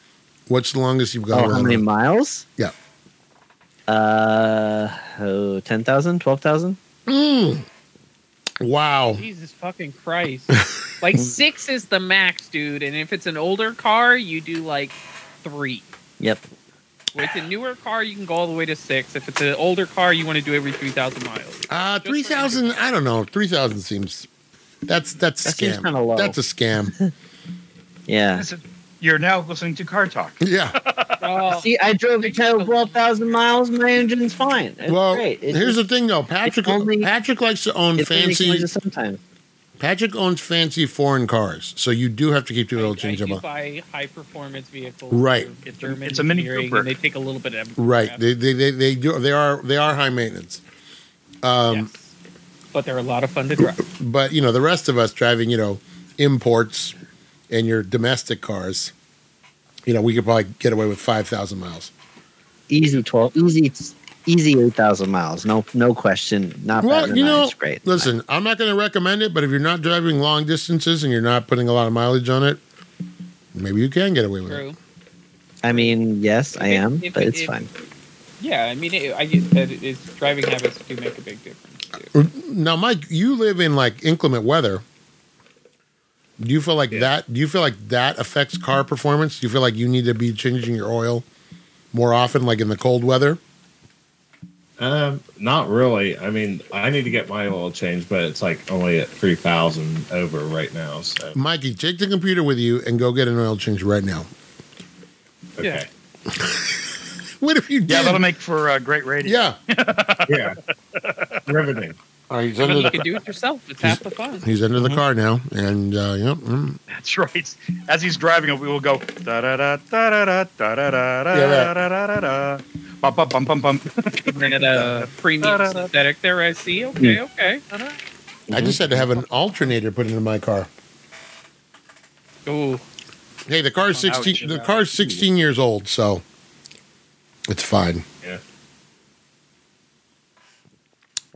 Speaker 1: What's the longest you've gone?
Speaker 4: Oh, how
Speaker 1: without
Speaker 4: many
Speaker 1: an-
Speaker 4: miles?
Speaker 1: Yeah.
Speaker 4: Uh, oh, 10,000, 12,000?
Speaker 1: Mm. Wow.
Speaker 5: Jesus fucking Christ. like six is the max, dude. And if it's an older car, you do like three.
Speaker 4: Yep.
Speaker 5: With a newer car, you can go all the way to six. If it's an older car, you want to do every 3,000 miles.
Speaker 1: Uh, three thousand. I don't know. Three thousand seems. That's that's a
Speaker 4: That seems
Speaker 1: scam.
Speaker 4: kinda low.
Speaker 1: That's a *laughs* scam.
Speaker 4: Yeah.
Speaker 3: This is- You're now listening to Car Talk.
Speaker 1: yeah.
Speaker 5: *laughs* Oh,
Speaker 4: See, I drove a total 12,000 miles. My engine's fine. It's
Speaker 1: well,
Speaker 4: great. It's
Speaker 1: here's
Speaker 4: just-
Speaker 1: the thing though. Patrick
Speaker 4: only-
Speaker 1: Patrick likes to own
Speaker 4: it only makes
Speaker 1: fancy.
Speaker 4: noises Sometimes.
Speaker 1: Patrick owns fancy foreign cars, so you do have to keep the
Speaker 5: I, I
Speaker 1: oil change
Speaker 5: do
Speaker 1: up.
Speaker 5: buy high performance vehicles.
Speaker 1: Right.
Speaker 5: for
Speaker 3: It's a-
Speaker 5: German
Speaker 3: it's a Mini
Speaker 5: engineering,
Speaker 3: Cooper.
Speaker 5: And they take a little bit of effort.
Speaker 1: Right. They, they they they do. They are they are high maintenance. Um,
Speaker 5: Yes. But they're a lot of fun
Speaker 1: *coughs*
Speaker 5: to drive.
Speaker 1: but you know the rest of us driving you know imports and your domestic cars you know we could probably get away with 5000 miles
Speaker 4: Easy 12, easy, easy 8,000 miles. No, no question. Not bad.
Speaker 1: well
Speaker 4: than
Speaker 1: you
Speaker 4: that.
Speaker 1: know
Speaker 4: It's great.
Speaker 1: listen i'm not going to recommend it but if you're not driving long distances and you're not putting a lot of mileage on it maybe you can get away with it
Speaker 5: True.
Speaker 4: I mean, yes, I
Speaker 5: If-
Speaker 4: am,
Speaker 5: if-
Speaker 4: but it's
Speaker 5: if-
Speaker 4: fine.
Speaker 5: Yeah, I mean, it, I get that it is, driving habits do make a big difference. Too.
Speaker 1: now mike you live in like inclement weather do you feel like
Speaker 3: Yeah.
Speaker 1: that do you feel like that affects car performance do you feel like you need to be changing your oil more often like in the cold weather
Speaker 6: Um, not really. I mean, I need to get my oil changed, but it's like only at three thousand over right now. So
Speaker 1: *laughs* Mikey, take the computer with you and go get an oil change right now.
Speaker 6: okay,
Speaker 1: What if you *laughs* did?
Speaker 3: Yeah, that'll make for uh, great radio.
Speaker 1: Yeah.
Speaker 6: yeah, riveting.
Speaker 1: All right, he's
Speaker 5: But
Speaker 1: under *laughs*
Speaker 5: you
Speaker 1: the Mm-hmm.
Speaker 5: can do it yourself. It's half the fun.
Speaker 1: he's under the car now, and uh, yep. mm.
Speaker 3: That's right. As he's driving it, we will go da da da da da da da da da
Speaker 1: Yeah,
Speaker 3: da da da da da. Bum bum bum bum bum.
Speaker 5: that uh, premium synthetic there. I see.
Speaker 1: Hmm.
Speaker 5: Okay, okay.
Speaker 1: I just had to have an alternator put into my car.
Speaker 5: Ooh,
Speaker 1: Hey, the car's
Speaker 3: Ouch.
Speaker 1: sixteen. The car's sixteen years old, so it's fine.
Speaker 6: Yeah.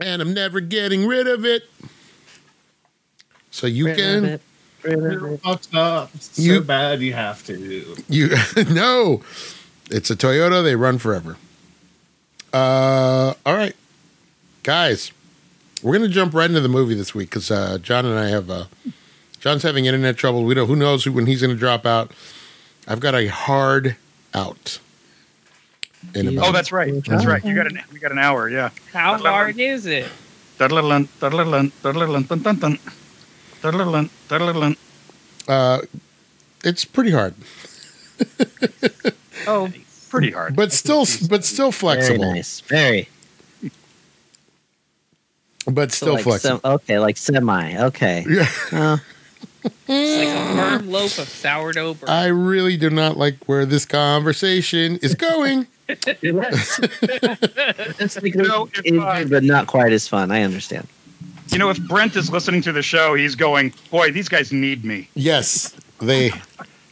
Speaker 1: And I'm never getting rid of it. So you can
Speaker 6: It fucks up so
Speaker 1: You-
Speaker 6: bad you have to.
Speaker 1: You *laughs* no, it's a Toyota. They run forever. Uh, all right, guys, we're gonna jump right into the movie this week because uh, John and I have uh, John's having internet trouble. We don't who knows who, when he's gonna drop out. I've got a hard out. In about
Speaker 3: Oh, that's right. That's right. You got an we got an hour. Yeah.
Speaker 5: How
Speaker 3: Hello.
Speaker 5: hard is it?
Speaker 3: Dun-dun-dun, dun-dun-dun, dun-dun-dun, dun-dun-dun. Dun-dun-dun, dun-dun-dun.
Speaker 1: uh, it's pretty hard,
Speaker 5: Oh,
Speaker 3: Pretty hard.
Speaker 1: but still, but still
Speaker 4: Very
Speaker 1: flexible,
Speaker 4: nice. Very.
Speaker 1: but
Speaker 4: So
Speaker 1: still
Speaker 4: like
Speaker 1: flexible.
Speaker 4: sem- okay, like semi. Okay.
Speaker 1: yeah,
Speaker 4: Uh,
Speaker 5: it's like a firm loaf of sourdough
Speaker 1: *laughs*
Speaker 5: bread.
Speaker 1: I really do not like where this conversation is going. *laughs*
Speaker 4: it's like
Speaker 3: No,
Speaker 4: it's
Speaker 3: it's fine.
Speaker 4: good, but not quite as fun. I understand.
Speaker 3: You know, if Brent is listening to the show, he's going, "Boy, these guys need me."
Speaker 1: Yes, they.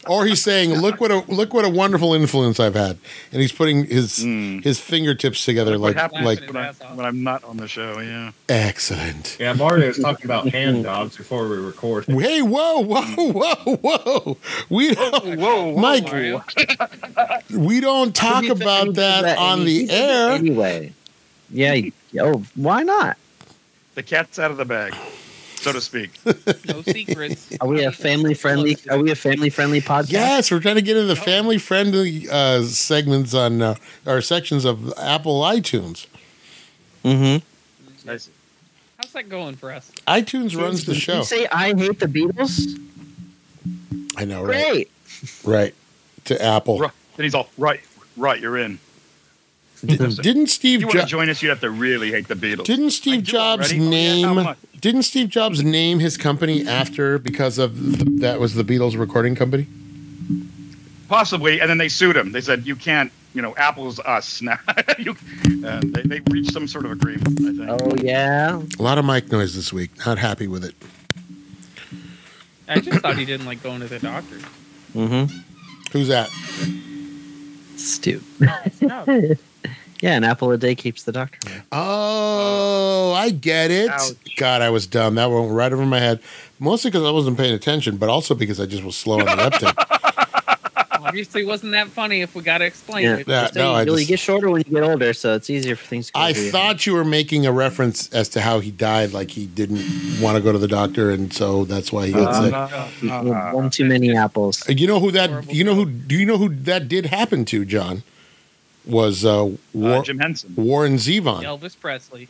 Speaker 1: Or he's saying, "Look what a look what a wonderful influence I've had," and he's putting his
Speaker 3: Mm.
Speaker 1: his fingertips together
Speaker 3: What
Speaker 1: like
Speaker 3: happened
Speaker 1: like
Speaker 5: Laughing
Speaker 3: when, I,
Speaker 5: his ass off.
Speaker 3: when I'm not on the show? Yeah.
Speaker 1: excellent.
Speaker 6: Yeah, Mario was
Speaker 1: *laughs*
Speaker 6: talking about hand jobs before we recorded.
Speaker 1: Hey, whoa, whoa, whoa, whoa! We don't,
Speaker 3: Whoa,
Speaker 1: Mike,
Speaker 5: Mario.
Speaker 1: we don't talk
Speaker 4: He does
Speaker 1: about that, on
Speaker 4: any-
Speaker 1: the air.
Speaker 4: anyway. Yeah. y- Oh, why not?
Speaker 3: The cat's out of the bag, so to speak.
Speaker 1: Oh.
Speaker 5: No secrets.
Speaker 4: Are we a family friendly? Are we a family friendly podcast?
Speaker 1: Yes, we're trying to get into the family friendly uh, segments on uh, or sections of Apple iTunes.
Speaker 4: Mm-hmm.
Speaker 3: Nice.
Speaker 5: How's that going for us?
Speaker 1: iTunes runs the show.
Speaker 4: You say I hate the Beatles.
Speaker 1: I know, right?
Speaker 4: Great.
Speaker 1: Right to Apple.
Speaker 3: Right. Then he's all right. Right, you're in.
Speaker 1: Didn't
Speaker 3: If
Speaker 1: Steve
Speaker 3: you want to
Speaker 1: Jobs?
Speaker 3: join us, you'd have to really hate the Beatles.
Speaker 1: Didn't Steve
Speaker 3: do
Speaker 1: Jobs
Speaker 3: already. Oh, yeah, how
Speaker 1: name?
Speaker 3: much?
Speaker 1: didn't Steve Jobs name his company after because of th- that was the Beatles recording company?
Speaker 3: Possibly, and then they sued him. They said, "You can't." You know, Apple's us *laughs* now. you, uh, they, they reached some sort of agreement. I think.
Speaker 4: Oh yeah.
Speaker 1: A lot of mic noise this week. Not happy with it.
Speaker 5: I just thought he didn't like going to the doctor.
Speaker 4: Mm-hmm.
Speaker 1: Who's that?
Speaker 4: Stu.
Speaker 5: No.
Speaker 4: *laughs* Yeah, an apple a day keeps the doctor. away.
Speaker 1: Oh, I get it.
Speaker 3: Ouch.
Speaker 1: God, I was dumb. That went right over my head. Mostly because I wasn't paying attention, but also because I just was slow on the uptake.
Speaker 3: *laughs*
Speaker 5: Obviously, wasn't that funny if we got to explain
Speaker 4: Yeah.
Speaker 5: it?
Speaker 1: Yeah.
Speaker 4: So
Speaker 1: Uh, no,
Speaker 4: you,
Speaker 1: I
Speaker 4: Bill, you
Speaker 1: just-
Speaker 4: get shorter when you get older, so it's easier for things. to go
Speaker 1: I
Speaker 4: through your head.
Speaker 1: thought you were making a reference as to how he died, like he didn't want to go to the doctor, and so that's why he
Speaker 3: Uh,
Speaker 1: got
Speaker 3: Uh-huh.
Speaker 1: sick.
Speaker 5: uh,
Speaker 1: Uh,
Speaker 4: One- one too many apples.
Speaker 1: You know who that?
Speaker 5: Horrible
Speaker 1: You know who? Do you know who that did happen to? John was uh, War-
Speaker 3: Uh, Jim Henson.
Speaker 1: Warren Zevon.
Speaker 5: Elvis Presley.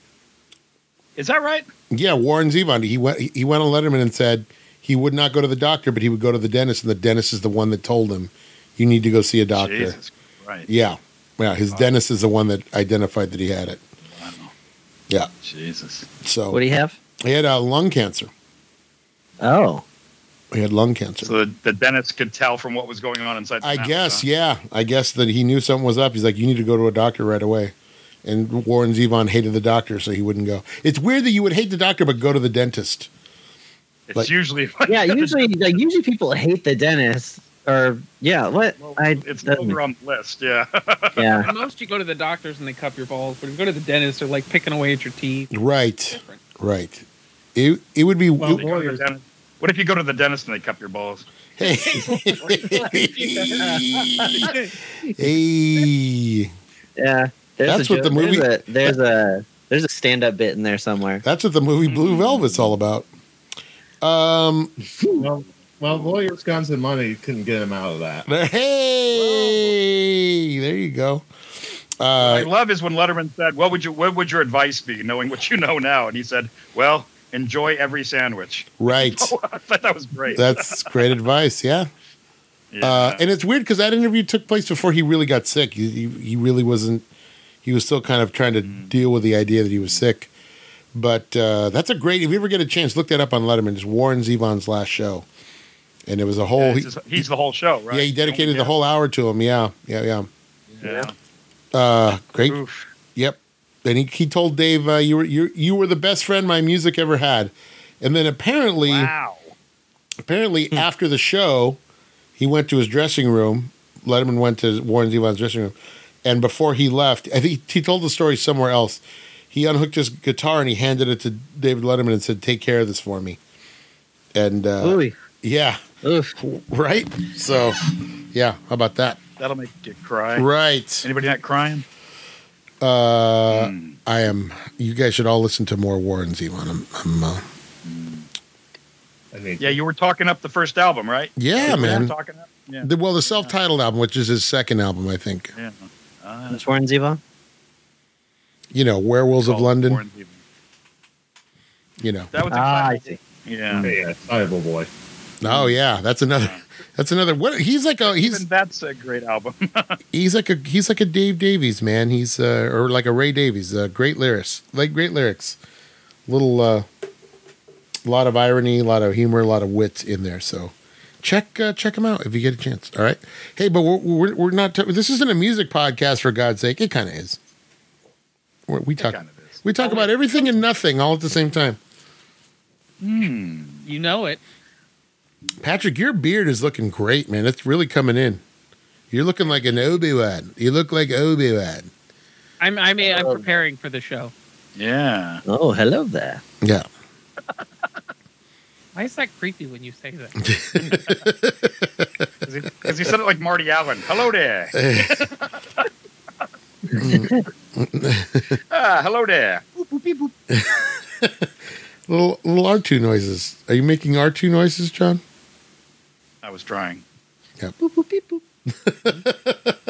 Speaker 3: Is that right?
Speaker 1: Yeah, Warren Zevon. He went. He went on Letterman and said he would not go to the doctor, but he would go to the dentist, and the dentist is the one that told him you need to go see a doctor.
Speaker 3: Jesus Christ.
Speaker 1: Yeah, yeah. His
Speaker 3: Wow.
Speaker 1: dentist is the one that identified that he had it.
Speaker 3: Wow.
Speaker 1: Yeah.
Speaker 3: Jesus.
Speaker 1: So
Speaker 4: What do you have?
Speaker 1: he had uh, lung cancer.
Speaker 4: Oh,
Speaker 1: He had lung cancer.
Speaker 3: So the, the dentist could tell from what was going on inside. The
Speaker 1: I
Speaker 3: mouth,
Speaker 1: guess,
Speaker 3: huh?
Speaker 1: yeah. I guess that he knew something was up. He's like, you need to go to a doctor right away. And Warren Zevon hated the doctor, so he wouldn't go. It's weird that you would hate the doctor, but go to the dentist.
Speaker 3: It's
Speaker 1: Like-
Speaker 3: usually *laughs*
Speaker 4: yeah. Usually, like usually people hate the dentist, or yeah. What I
Speaker 3: it's
Speaker 4: doesn't-
Speaker 3: over on the list. Yeah.
Speaker 4: yeah.
Speaker 5: At most, you go to the doctors and they cup your balls, but if you go to the dentist, they're like picking away at your teeth.
Speaker 1: Right,
Speaker 5: Different.
Speaker 1: right. It, it would be.
Speaker 3: *laughs*
Speaker 6: Well,
Speaker 3: You go to the dentist- What if you go to the dentist and they cup your balls?
Speaker 1: hey. *laughs* hey.
Speaker 4: Yeah, there's
Speaker 1: That's
Speaker 4: a
Speaker 1: what the
Speaker 4: joke-
Speaker 1: movie-
Speaker 4: There's a
Speaker 1: *laughs*
Speaker 4: there's a, there's a stand up bit in there somewhere.
Speaker 1: That's what the movie Blue Velvet's all about. Um,
Speaker 6: Well, well, lawyers, guns, and money couldn't get him out of that.
Speaker 1: hey. There you go.
Speaker 3: What I
Speaker 1: Uh,
Speaker 3: love is when Letterman said, "What would you? What would your advice be, knowing what you know now?" And he said, "Well, enjoy every sandwich." *laughs*
Speaker 1: right.
Speaker 3: I thought that was great.
Speaker 1: That's great advice. Yeah.
Speaker 3: Yeah.
Speaker 1: Uh, and it's weird because that interview took place before he really got sick. He, he, he really wasn't. He was still kind of trying to
Speaker 3: Mm.
Speaker 1: deal with the idea that he was sick. But uh, that's a great. If you ever get a chance, look that up on Letterman. It's Warren Zevon's last show, and it was a whole.
Speaker 3: Yeah,
Speaker 1: he-
Speaker 3: it's just- he's the whole show, right?
Speaker 1: Yeah, he dedicated the whole hour to him. Yeah, yeah, yeah.
Speaker 3: Yeah.
Speaker 1: Uh, great.
Speaker 3: Oof.
Speaker 1: Yep. And he, he told Dave, uh, "You were you you were the best friend my music ever had." And then apparently,
Speaker 3: Wow. Hmm.
Speaker 1: apparently after the show He went to his dressing room. Letterman went to Warren Zevon's dressing room, and before he left, I think he told the story somewhere else. He unhooked his guitar and he handed it to David Letterman and said, "Take care of this for me." And uh,
Speaker 4: Ooh,
Speaker 1: yeah,
Speaker 4: oof.
Speaker 1: right. So, yeah, how about that?
Speaker 3: That'll make you cry.
Speaker 1: Right.
Speaker 3: Anybody not crying?
Speaker 1: Uh, I am. You guys should all listen to more Warren Zevon. I'm. I'm uh,
Speaker 6: I mean,
Speaker 3: Yeah, you were talking up the first album, right?
Speaker 1: yeah,
Speaker 3: You were
Speaker 1: man.
Speaker 3: Talking up. Yeah.
Speaker 1: The, well, the self-titled album, which is his second album, I think.
Speaker 3: yeah. Uh,
Speaker 4: That's Warren Zevon.
Speaker 1: You know, Werewolves of
Speaker 3: called
Speaker 1: London.
Speaker 3: Warren Zevon.
Speaker 1: You know.
Speaker 3: That was
Speaker 4: Ah, I
Speaker 3: exciting.
Speaker 4: see.
Speaker 3: Yeah.
Speaker 6: yeah, Soluble Boy.
Speaker 1: Oh yeah, that's another. That's another. What he's like a
Speaker 3: Even
Speaker 1: he's
Speaker 3: that's a great
Speaker 1: *laughs*
Speaker 3: album.
Speaker 1: he's like a he's like a Dave Davies man. He's uh, or like a Ray Davies. Uh, great lyrics, like great lyrics. Little uh, lot of irony, a lot of humor, a lot of wit in there. So check uh, check him out if you get a chance. All right. Hey, but we're we're, we're not. T- this isn't a music podcast for God's sake. It kind of is. We're, we talk
Speaker 3: kind of is.
Speaker 1: we talk about everything and nothing all at the same time.
Speaker 3: Hmm.
Speaker 5: You know it.
Speaker 1: Patrick, your beard is looking great, man. It's really coming in. You're looking like an Obi Wan. You look like Obi Wan.
Speaker 5: I'm I mean I'm
Speaker 1: Um,
Speaker 5: preparing for the show.
Speaker 3: Yeah.
Speaker 4: Oh, hello there.
Speaker 1: Yeah.
Speaker 5: Why is that creepy when you say that?
Speaker 1: *laughs*
Speaker 3: Because he, 'cause he said it like Marty Allen.
Speaker 1: *laughs*
Speaker 3: Hello there. ah, hello there.
Speaker 1: little little R two noises. Are you making R two noises, John?
Speaker 3: I was trying.
Speaker 1: Yep.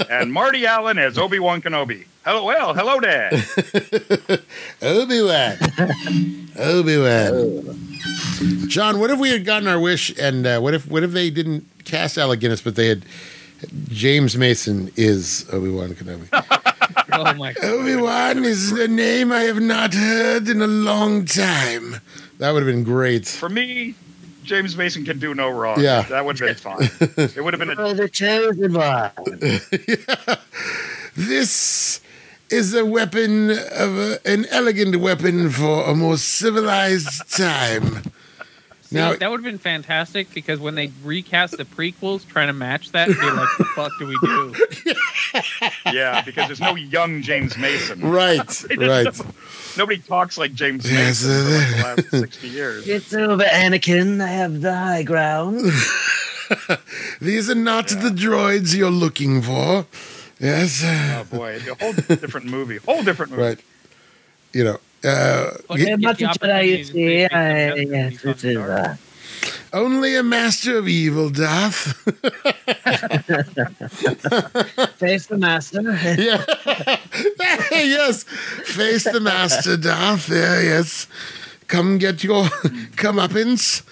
Speaker 3: and Marty Allen as Obi Wan Kenobi. Hello, well,
Speaker 1: *laughs*
Speaker 3: hello there.
Speaker 1: Obi Wan. *laughs* Obi Wan. John, what if we had gotten our wish, and uh, what if what if they didn't cast Alec Guinness, but they had James Mason is Obi Wan Kenobi. *laughs*
Speaker 5: Oh my god.
Speaker 1: Obi Wan is a name I have not heard in a long time. That would have been great.
Speaker 3: For me, James Mason can do no wrong.
Speaker 1: Yeah.
Speaker 3: That would have been fine. It would have been a.
Speaker 4: the chosen one.
Speaker 1: This is a weapon of a, an elegant weapon for a more civilized time.
Speaker 5: See,
Speaker 1: Now-
Speaker 5: that would have been fantastic because when they recast the prequels trying to match that, they're like, what the fuck do we
Speaker 1: *laughs*
Speaker 5: do?
Speaker 3: Yeah, because there's no young James Mason.
Speaker 1: Right, *laughs* right.
Speaker 3: Nobody talks like James
Speaker 1: Yes,
Speaker 3: Mason for like
Speaker 1: uh,
Speaker 3: the
Speaker 1: *laughs*
Speaker 3: last 60 years.
Speaker 4: It's over, Anakin. I have the high *laughs* ground.
Speaker 1: These are not the droids you're looking for. Yes, uh,
Speaker 3: Oh, boy. It'd be a whole different movie. Whole different movie.
Speaker 1: right. You know, uh,
Speaker 5: But
Speaker 1: Yeah,
Speaker 5: get
Speaker 4: much
Speaker 5: the
Speaker 4: of what I
Speaker 5: opportunity to
Speaker 4: see,
Speaker 5: make them
Speaker 4: I-
Speaker 5: better than
Speaker 4: yes,
Speaker 5: these on
Speaker 4: it is,
Speaker 5: Star Wars.
Speaker 4: uh,
Speaker 1: only a master of evil doth. *laughs*
Speaker 4: face the *laughs* master.
Speaker 1: yeah. yes. Face the master, Darth. Yeah, yes. Come get your *laughs* comeuppance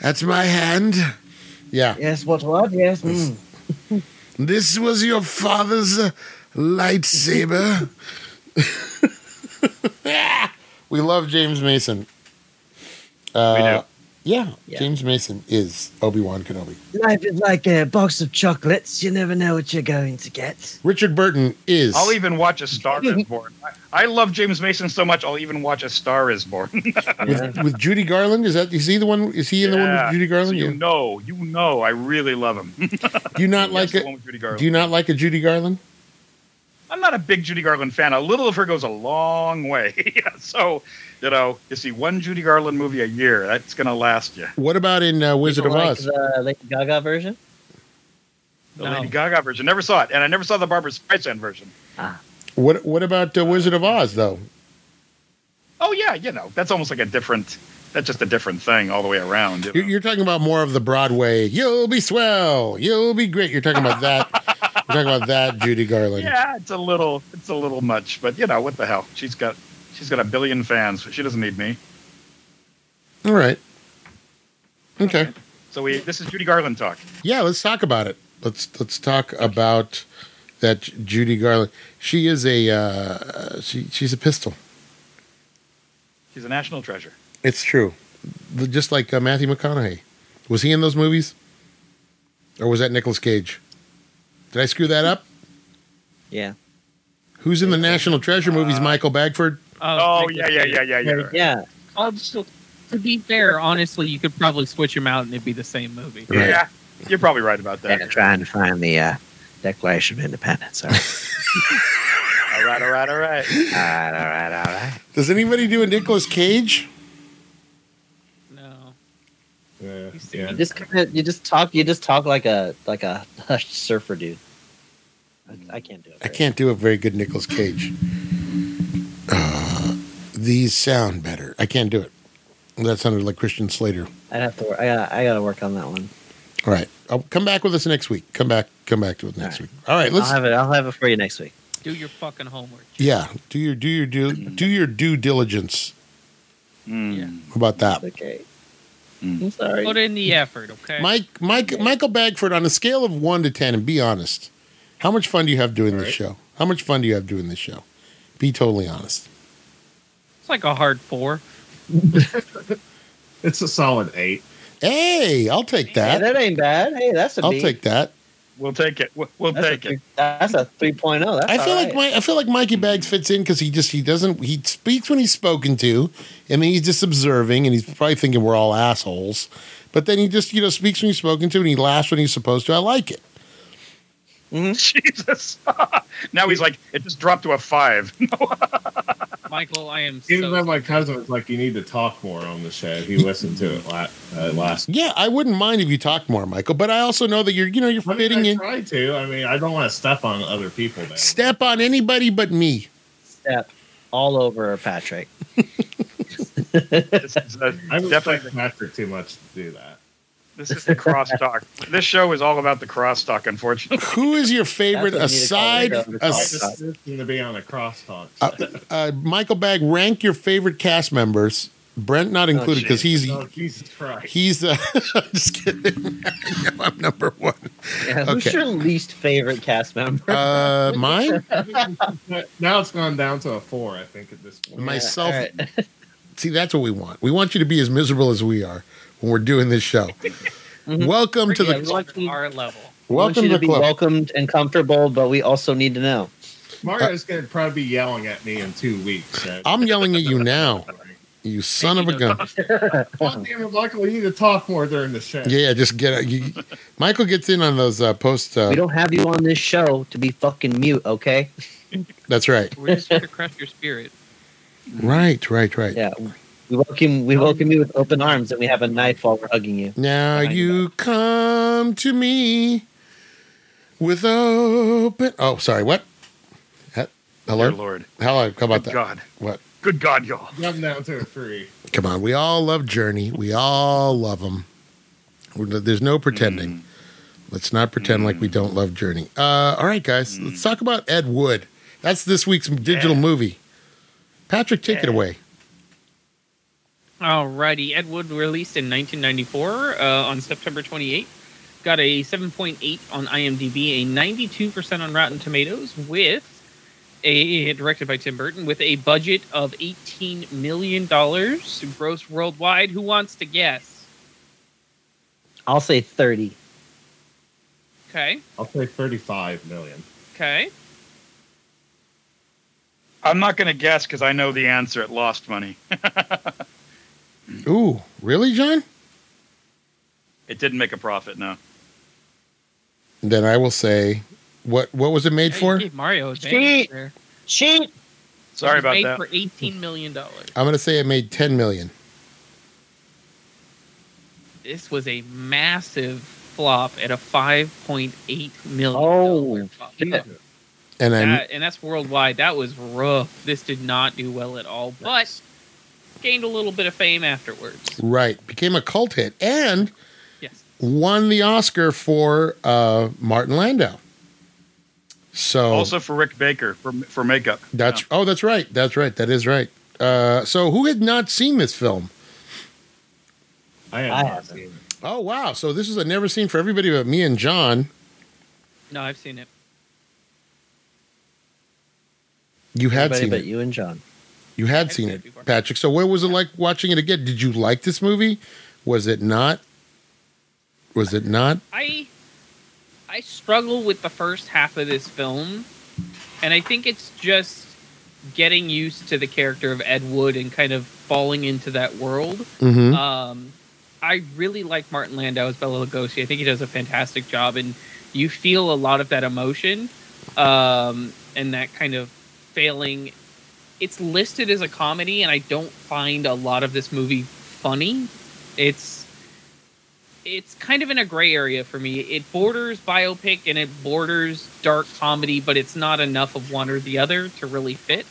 Speaker 1: at my hand. Yeah.
Speaker 4: yes, what, what? Yes. mm.
Speaker 1: This was your father's uh, lightsaber. *laughs* we love James Mason. Uh, Yeah,
Speaker 4: Yeah.
Speaker 1: James Mason is Obi Wan Kenobi.
Speaker 4: Mm. Life is like a box of chocolates. You never know what you're going to get.
Speaker 1: Richard Burton is.
Speaker 3: I'll even watch A
Speaker 1: *laughs*
Speaker 3: Star is Born. I, I love James Mason so much, I'll even watch A Star is Born.
Speaker 1: with, with Judy Garland. Is that is he the one? Is he in the one with
Speaker 3: Yeah.
Speaker 1: Judy
Speaker 3: *laughs* So
Speaker 1: Garland?
Speaker 3: you
Speaker 1: you,
Speaker 3: know, you know, I really love him.
Speaker 1: do you not like
Speaker 3: the
Speaker 1: it?
Speaker 3: one with Judy Garland.
Speaker 1: Do you not like a Judy Garland?
Speaker 3: I'm not a big Judy Garland fan. A little of her goes a long way. *laughs* so, you know, you see one Judy Garland movie a year, that's going to last you.
Speaker 1: What about in uh, Wizard of
Speaker 4: like
Speaker 1: Oz?
Speaker 4: the Lady Gaga version?
Speaker 3: The
Speaker 5: No.
Speaker 3: Lady Gaga version. Never saw it. And I never saw the Barbara Streisand version.
Speaker 1: What What about uh, Wizard of Oz though?
Speaker 3: Oh, yeah, you know, that's almost like a different, that's just a different thing all the way around. you
Speaker 1: You're,
Speaker 3: know.
Speaker 1: you're talking about more of the Broadway. You'll be swell. You'll be great. You're talking about that. you're talking about that Judy Garland.
Speaker 3: yeah, it's a little, it's a little much, but you know, what the hell? She's got, she's got a billion fans. She doesn't need me.
Speaker 1: All right. Okay.
Speaker 3: So we, this is Judy Garland talk.
Speaker 1: Yeah, let's talk about it. Let's let's talk about that Judy Garland. She is a uh, she. She's a pistol.
Speaker 3: She's a national treasure.
Speaker 1: It's true. The- Just like uh, Matthew McConaughey. Was he in those movies? Or was that Nicolas Cage? Did I screw that up?
Speaker 4: Yeah.
Speaker 1: Who's in the National Treasure movies?
Speaker 3: Uh,
Speaker 1: Michael Bagford?
Speaker 3: Oh,
Speaker 5: thank
Speaker 3: yeah,
Speaker 5: you. Um,
Speaker 3: yeah, yeah, yeah, yeah.
Speaker 4: Yeah.
Speaker 5: Also, to be fair, honestly, you could probably switch them out and it'd be the same movie.
Speaker 1: Right.
Speaker 3: Yeah, You're probably right about
Speaker 4: Yeah,
Speaker 3: that.
Speaker 4: trying to find the uh, Declaration of Independence. All
Speaker 1: *laughs*
Speaker 4: right,
Speaker 3: All right, all right, all right.
Speaker 4: all right, all right, all right.
Speaker 1: Does anybody do a Nicolas Cage?
Speaker 5: No.
Speaker 6: Yeah,
Speaker 5: You see-
Speaker 6: yeah.
Speaker 4: You just kinda, you just talk you just talk like a like a *laughs* hushed surfer dude. I, I can't do it.
Speaker 1: I can't do a very good Nicolas Cage. Uh, these sound better. I can't do it. That sounded like Christian Slater.
Speaker 4: I'd have to. wor- I gotta, I gotta work on that one.
Speaker 1: All right. I'll come back with us next week. Come back. Come back to it next
Speaker 4: All Uh,
Speaker 1: week. All right. Let's.
Speaker 4: I'll have it. I'll have it for you next week.
Speaker 5: Do your fucking homework.
Speaker 1: yeah. Do your do your do do your due diligence
Speaker 3: Mm.
Speaker 1: about that.
Speaker 4: Okay.
Speaker 3: Mm.
Speaker 4: I'm sorry.
Speaker 5: Put in the effort,
Speaker 4: eh.
Speaker 5: okay?
Speaker 1: Mike Mike Michael Bagford on a scale of one to ten, and be honest. How much fun do you have doing
Speaker 6: All
Speaker 1: this
Speaker 6: right.
Speaker 1: show? How much fun do you have doing this show? Be totally honest.
Speaker 5: It's like a hard four.
Speaker 6: It's a solid eight.
Speaker 1: Hey, I'll take
Speaker 4: Hey,
Speaker 1: that.
Speaker 4: that ain't bad. Hey, that's a
Speaker 1: I'll
Speaker 4: B.
Speaker 1: take that.
Speaker 3: We'll take it. We'll, we'll
Speaker 4: That's a
Speaker 3: take it.
Speaker 4: three- That's a 3.0. That's
Speaker 1: I feel
Speaker 4: all
Speaker 1: like
Speaker 4: right.
Speaker 1: my I feel like Mikey Bags fits in because he just he doesn't he speaks when he's spoken to, and then he's just observing, and he's probably thinking we're all assholes. But then he just you know speaks when he's spoken to, and he laughs when he's supposed to. I like it.
Speaker 3: *laughs* Jesus. *laughs* now he's like, it just dropped to a five. *laughs*
Speaker 5: Michael, I am
Speaker 6: Even though
Speaker 5: so.
Speaker 6: my cousin was like, "You need to talk more on the show." He listened to it la- uh, last.
Speaker 1: Yeah, I wouldn't mind if you talked more, Michael. But I also know that you're you know you're
Speaker 6: I mean,
Speaker 1: fitting
Speaker 6: I
Speaker 1: in.
Speaker 6: tried to. I mean, I don't want to step on other people. Now.
Speaker 1: Step on anybody but me.
Speaker 4: step all over Patrick.
Speaker 3: This is uh
Speaker 6: I
Speaker 3: definitely
Speaker 6: definitely Patrick too much to do that.
Speaker 3: This is the crosstalk. this show is all about the crosstalk, unfortunately.
Speaker 1: Who is your favorite
Speaker 4: That's what you need to call
Speaker 1: aside?
Speaker 4: it, though.
Speaker 1: as-
Speaker 6: I just need to be on a crosstalk. *laughs*
Speaker 1: uh, uh, Michael Bag, rank your favorite cast members. Brent not included because he's
Speaker 6: oh Jesus Christ!
Speaker 1: he's uh, *laughs* I'm just kidding. *laughs* I know I'm number one.
Speaker 4: Yeah, Who's
Speaker 1: *laughs* Okay.
Speaker 4: your least favorite cast member?
Speaker 1: Uh,
Speaker 4: *laughs*
Speaker 1: mine,
Speaker 6: now it's gone down to a four, I think, at this
Speaker 1: *laughs*
Speaker 6: point.
Speaker 1: myself.
Speaker 4: all right.
Speaker 1: See, that's what we want. We want you to be as miserable as we are when we're doing this
Speaker 4: *laughs*
Speaker 1: show.
Speaker 4: Mhm.
Speaker 1: Welcome to the
Speaker 5: Bring it
Speaker 4: Yeah,
Speaker 5: up
Speaker 4: lucky-
Speaker 5: to our level.
Speaker 4: We want
Speaker 1: welcome
Speaker 4: you
Speaker 1: to the
Speaker 4: be
Speaker 1: club.
Speaker 4: welcomed and comfortable, but we also need to know.
Speaker 6: Mario's going to probably be yelling at me in two weeks. *laughs* So.
Speaker 1: I'm yelling at you now, you son of a gun.
Speaker 6: God damn it, Michael, you need to talk more during the show.
Speaker 1: Yeah, yeah, just get out. You, Michael gets in on those uh, post. Uh,
Speaker 4: We don't have you on this show to be fucking mute, okay?
Speaker 1: that's right.
Speaker 5: We're just here to crush your spirit.
Speaker 1: Right, right, right.
Speaker 4: Yeah. We welcome
Speaker 1: Um,
Speaker 4: we welcome you with open arms and we have a knife while we're hugging you.
Speaker 1: Now
Speaker 4: Behind
Speaker 1: you come to me with open. Oh, sorry. What? He-
Speaker 3: Dear
Speaker 1: *laughs* Hello.
Speaker 3: Lord.
Speaker 1: Hello. How about
Speaker 3: Good
Speaker 1: that?
Speaker 3: God.
Speaker 1: What?
Speaker 3: Good God, y'all.
Speaker 6: I'm down to a three.
Speaker 1: Come on. We all love Journey. We all love them. There's no pretending. Let's not pretend like we don't love Journey. Uh, all right, guys. Let's talk about Ed Wood. That's this week's digital
Speaker 3: Yeah.
Speaker 1: movie. Patrick, take it
Speaker 3: Yeah.
Speaker 1: away.
Speaker 5: Alrighty, Ed Wood released in 1994 uh, on September 28th. Got a 7.8 on IMDb, a 92% on Rotten Tomatoes, with a directed by Tim Burton with a budget of 18 million dollars gross worldwide. Who wants to guess?
Speaker 4: I'll say thirty.
Speaker 5: Okay,
Speaker 6: I'll say 35 million.
Speaker 5: okay.
Speaker 3: I'm not going to guess because I know the answer. It lost money.
Speaker 1: Ooh, really, John?
Speaker 3: It didn't make a profit, no.
Speaker 1: Then I will say, what? What was it made
Speaker 5: Yeah, you
Speaker 1: for?
Speaker 5: gave Mario advantage
Speaker 4: Cheat.
Speaker 5: there.
Speaker 4: Cheat!
Speaker 5: It
Speaker 3: Sorry
Speaker 5: was
Speaker 3: about
Speaker 5: made
Speaker 3: that.
Speaker 5: For 18 million dollars.
Speaker 1: I'm going to say it made 10 million.
Speaker 5: *laughs* This was a massive flop at a 5.8 million.
Speaker 4: Oh,
Speaker 5: flop.
Speaker 4: shit.
Speaker 1: And I'm
Speaker 5: That- and that's worldwide. That was rough. This did not do well at all, but gained a little bit of fame afterwards.
Speaker 1: Right. Became a cult hit and
Speaker 5: Yes.
Speaker 1: won the Oscar for uh, Martin Landau. So
Speaker 3: Also for Rick Baker for, for makeup.
Speaker 1: Oh. that's oh that's right. That's right. That is right. Uh, so who had not seen this film?
Speaker 6: I have
Speaker 4: I
Speaker 6: not
Speaker 4: haven't.
Speaker 6: seen it.
Speaker 1: Oh wow. So this is a never seen for everybody but me and John.
Speaker 5: No, I've seen it.
Speaker 1: You had
Speaker 4: Everybody
Speaker 1: seen
Speaker 4: but
Speaker 1: it. You,
Speaker 4: you and John.
Speaker 1: had
Speaker 5: I've
Speaker 1: seen
Speaker 5: seen
Speaker 1: it,
Speaker 5: it before.
Speaker 1: Patrick. So what was it like watching it again? Did you like this movie? Was it not? Was it not?
Speaker 5: I I struggle with the first half of this film, and I think it's just getting used to the character of Ed Wood and kind of falling into that world.
Speaker 1: Mm-hmm.
Speaker 5: Um, I really like Martin Landau as Bela Lugosi. I think he does a fantastic job, and you feel a lot of that emotion um, and that kind of failing. It's listed as a comedy, and I don't find a lot of this movie funny. It's it's kind of in a gray area for me. It borders biopic and it borders dark comedy, but it's not enough of one or the other to really fit.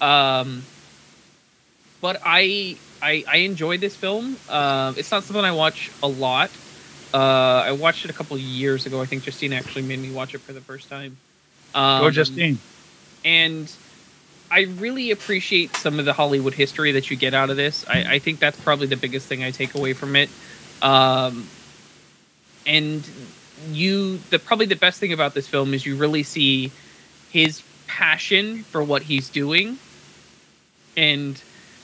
Speaker 5: Um, but I, I I enjoyed this film. Uh, it's not something I watch a lot. Uh, I watched it a couple of years ago. I think Justine actually made me watch it for the first time. Um,
Speaker 3: Go, Oh, Justine.
Speaker 5: and I really appreciate some of the Hollywood history that you get out of this. I, I think that's probably the biggest thing I take away from it. Um, and you, the probably the best thing about this film is you really see his passion for what he's doing, and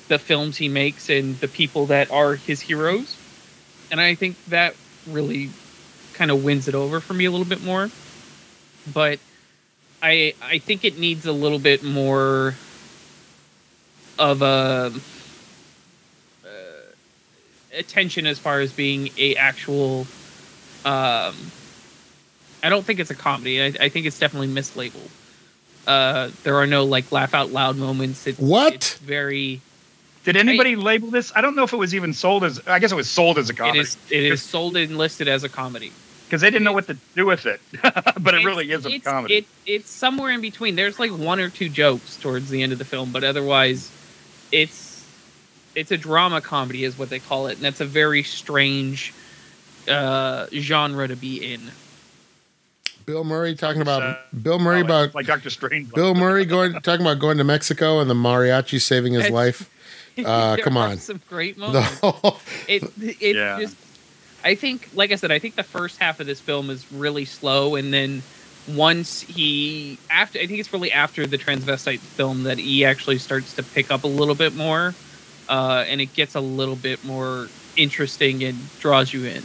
Speaker 5: the films he makes, and the people that are his heroes. And I think that really kind of wins it over for me a little bit more. But I I think it needs a little bit more of a uh, attention as far as being a actual. Um, I don't think it's a comedy. I, I think it's definitely mislabeled. Uh, there are no like laugh out loud moments. It's,
Speaker 1: What?
Speaker 5: It's very.
Speaker 3: Did anybody label this? I don't know if it was even sold as. I guess it was sold as a
Speaker 5: It
Speaker 3: comedy
Speaker 5: is. It is sold and listed as a comedy.
Speaker 3: because they didn't know what to do with it. *laughs* but it
Speaker 5: It's-
Speaker 3: really is a
Speaker 5: it's-
Speaker 3: comedy.
Speaker 5: It, it's somewhere in between. There's like one or two jokes towards the end of the film, but otherwise, it's it's a drama comedy, is what they call it, and that's a very strange uh, genre to be in. *laughs*
Speaker 1: Bill Murray talking about
Speaker 3: Uh,
Speaker 1: Bill Murray
Speaker 3: Oh, it's
Speaker 1: about
Speaker 3: like Doctor Strange.
Speaker 1: Bill Murray going talking about going to Mexico and the mariachi saving his
Speaker 5: It's-
Speaker 1: life. Uh,
Speaker 5: There
Speaker 1: come
Speaker 5: are
Speaker 1: on.
Speaker 5: some great
Speaker 1: The
Speaker 5: moments.
Speaker 1: *laughs* whole,
Speaker 5: it it
Speaker 3: Yeah.
Speaker 5: just I think like I said, I think the first half of this film is really slow and then once he after I think it's really after the transvestite film that he actually starts to pick up a little bit more uh, and it gets a little bit more interesting and draws you in.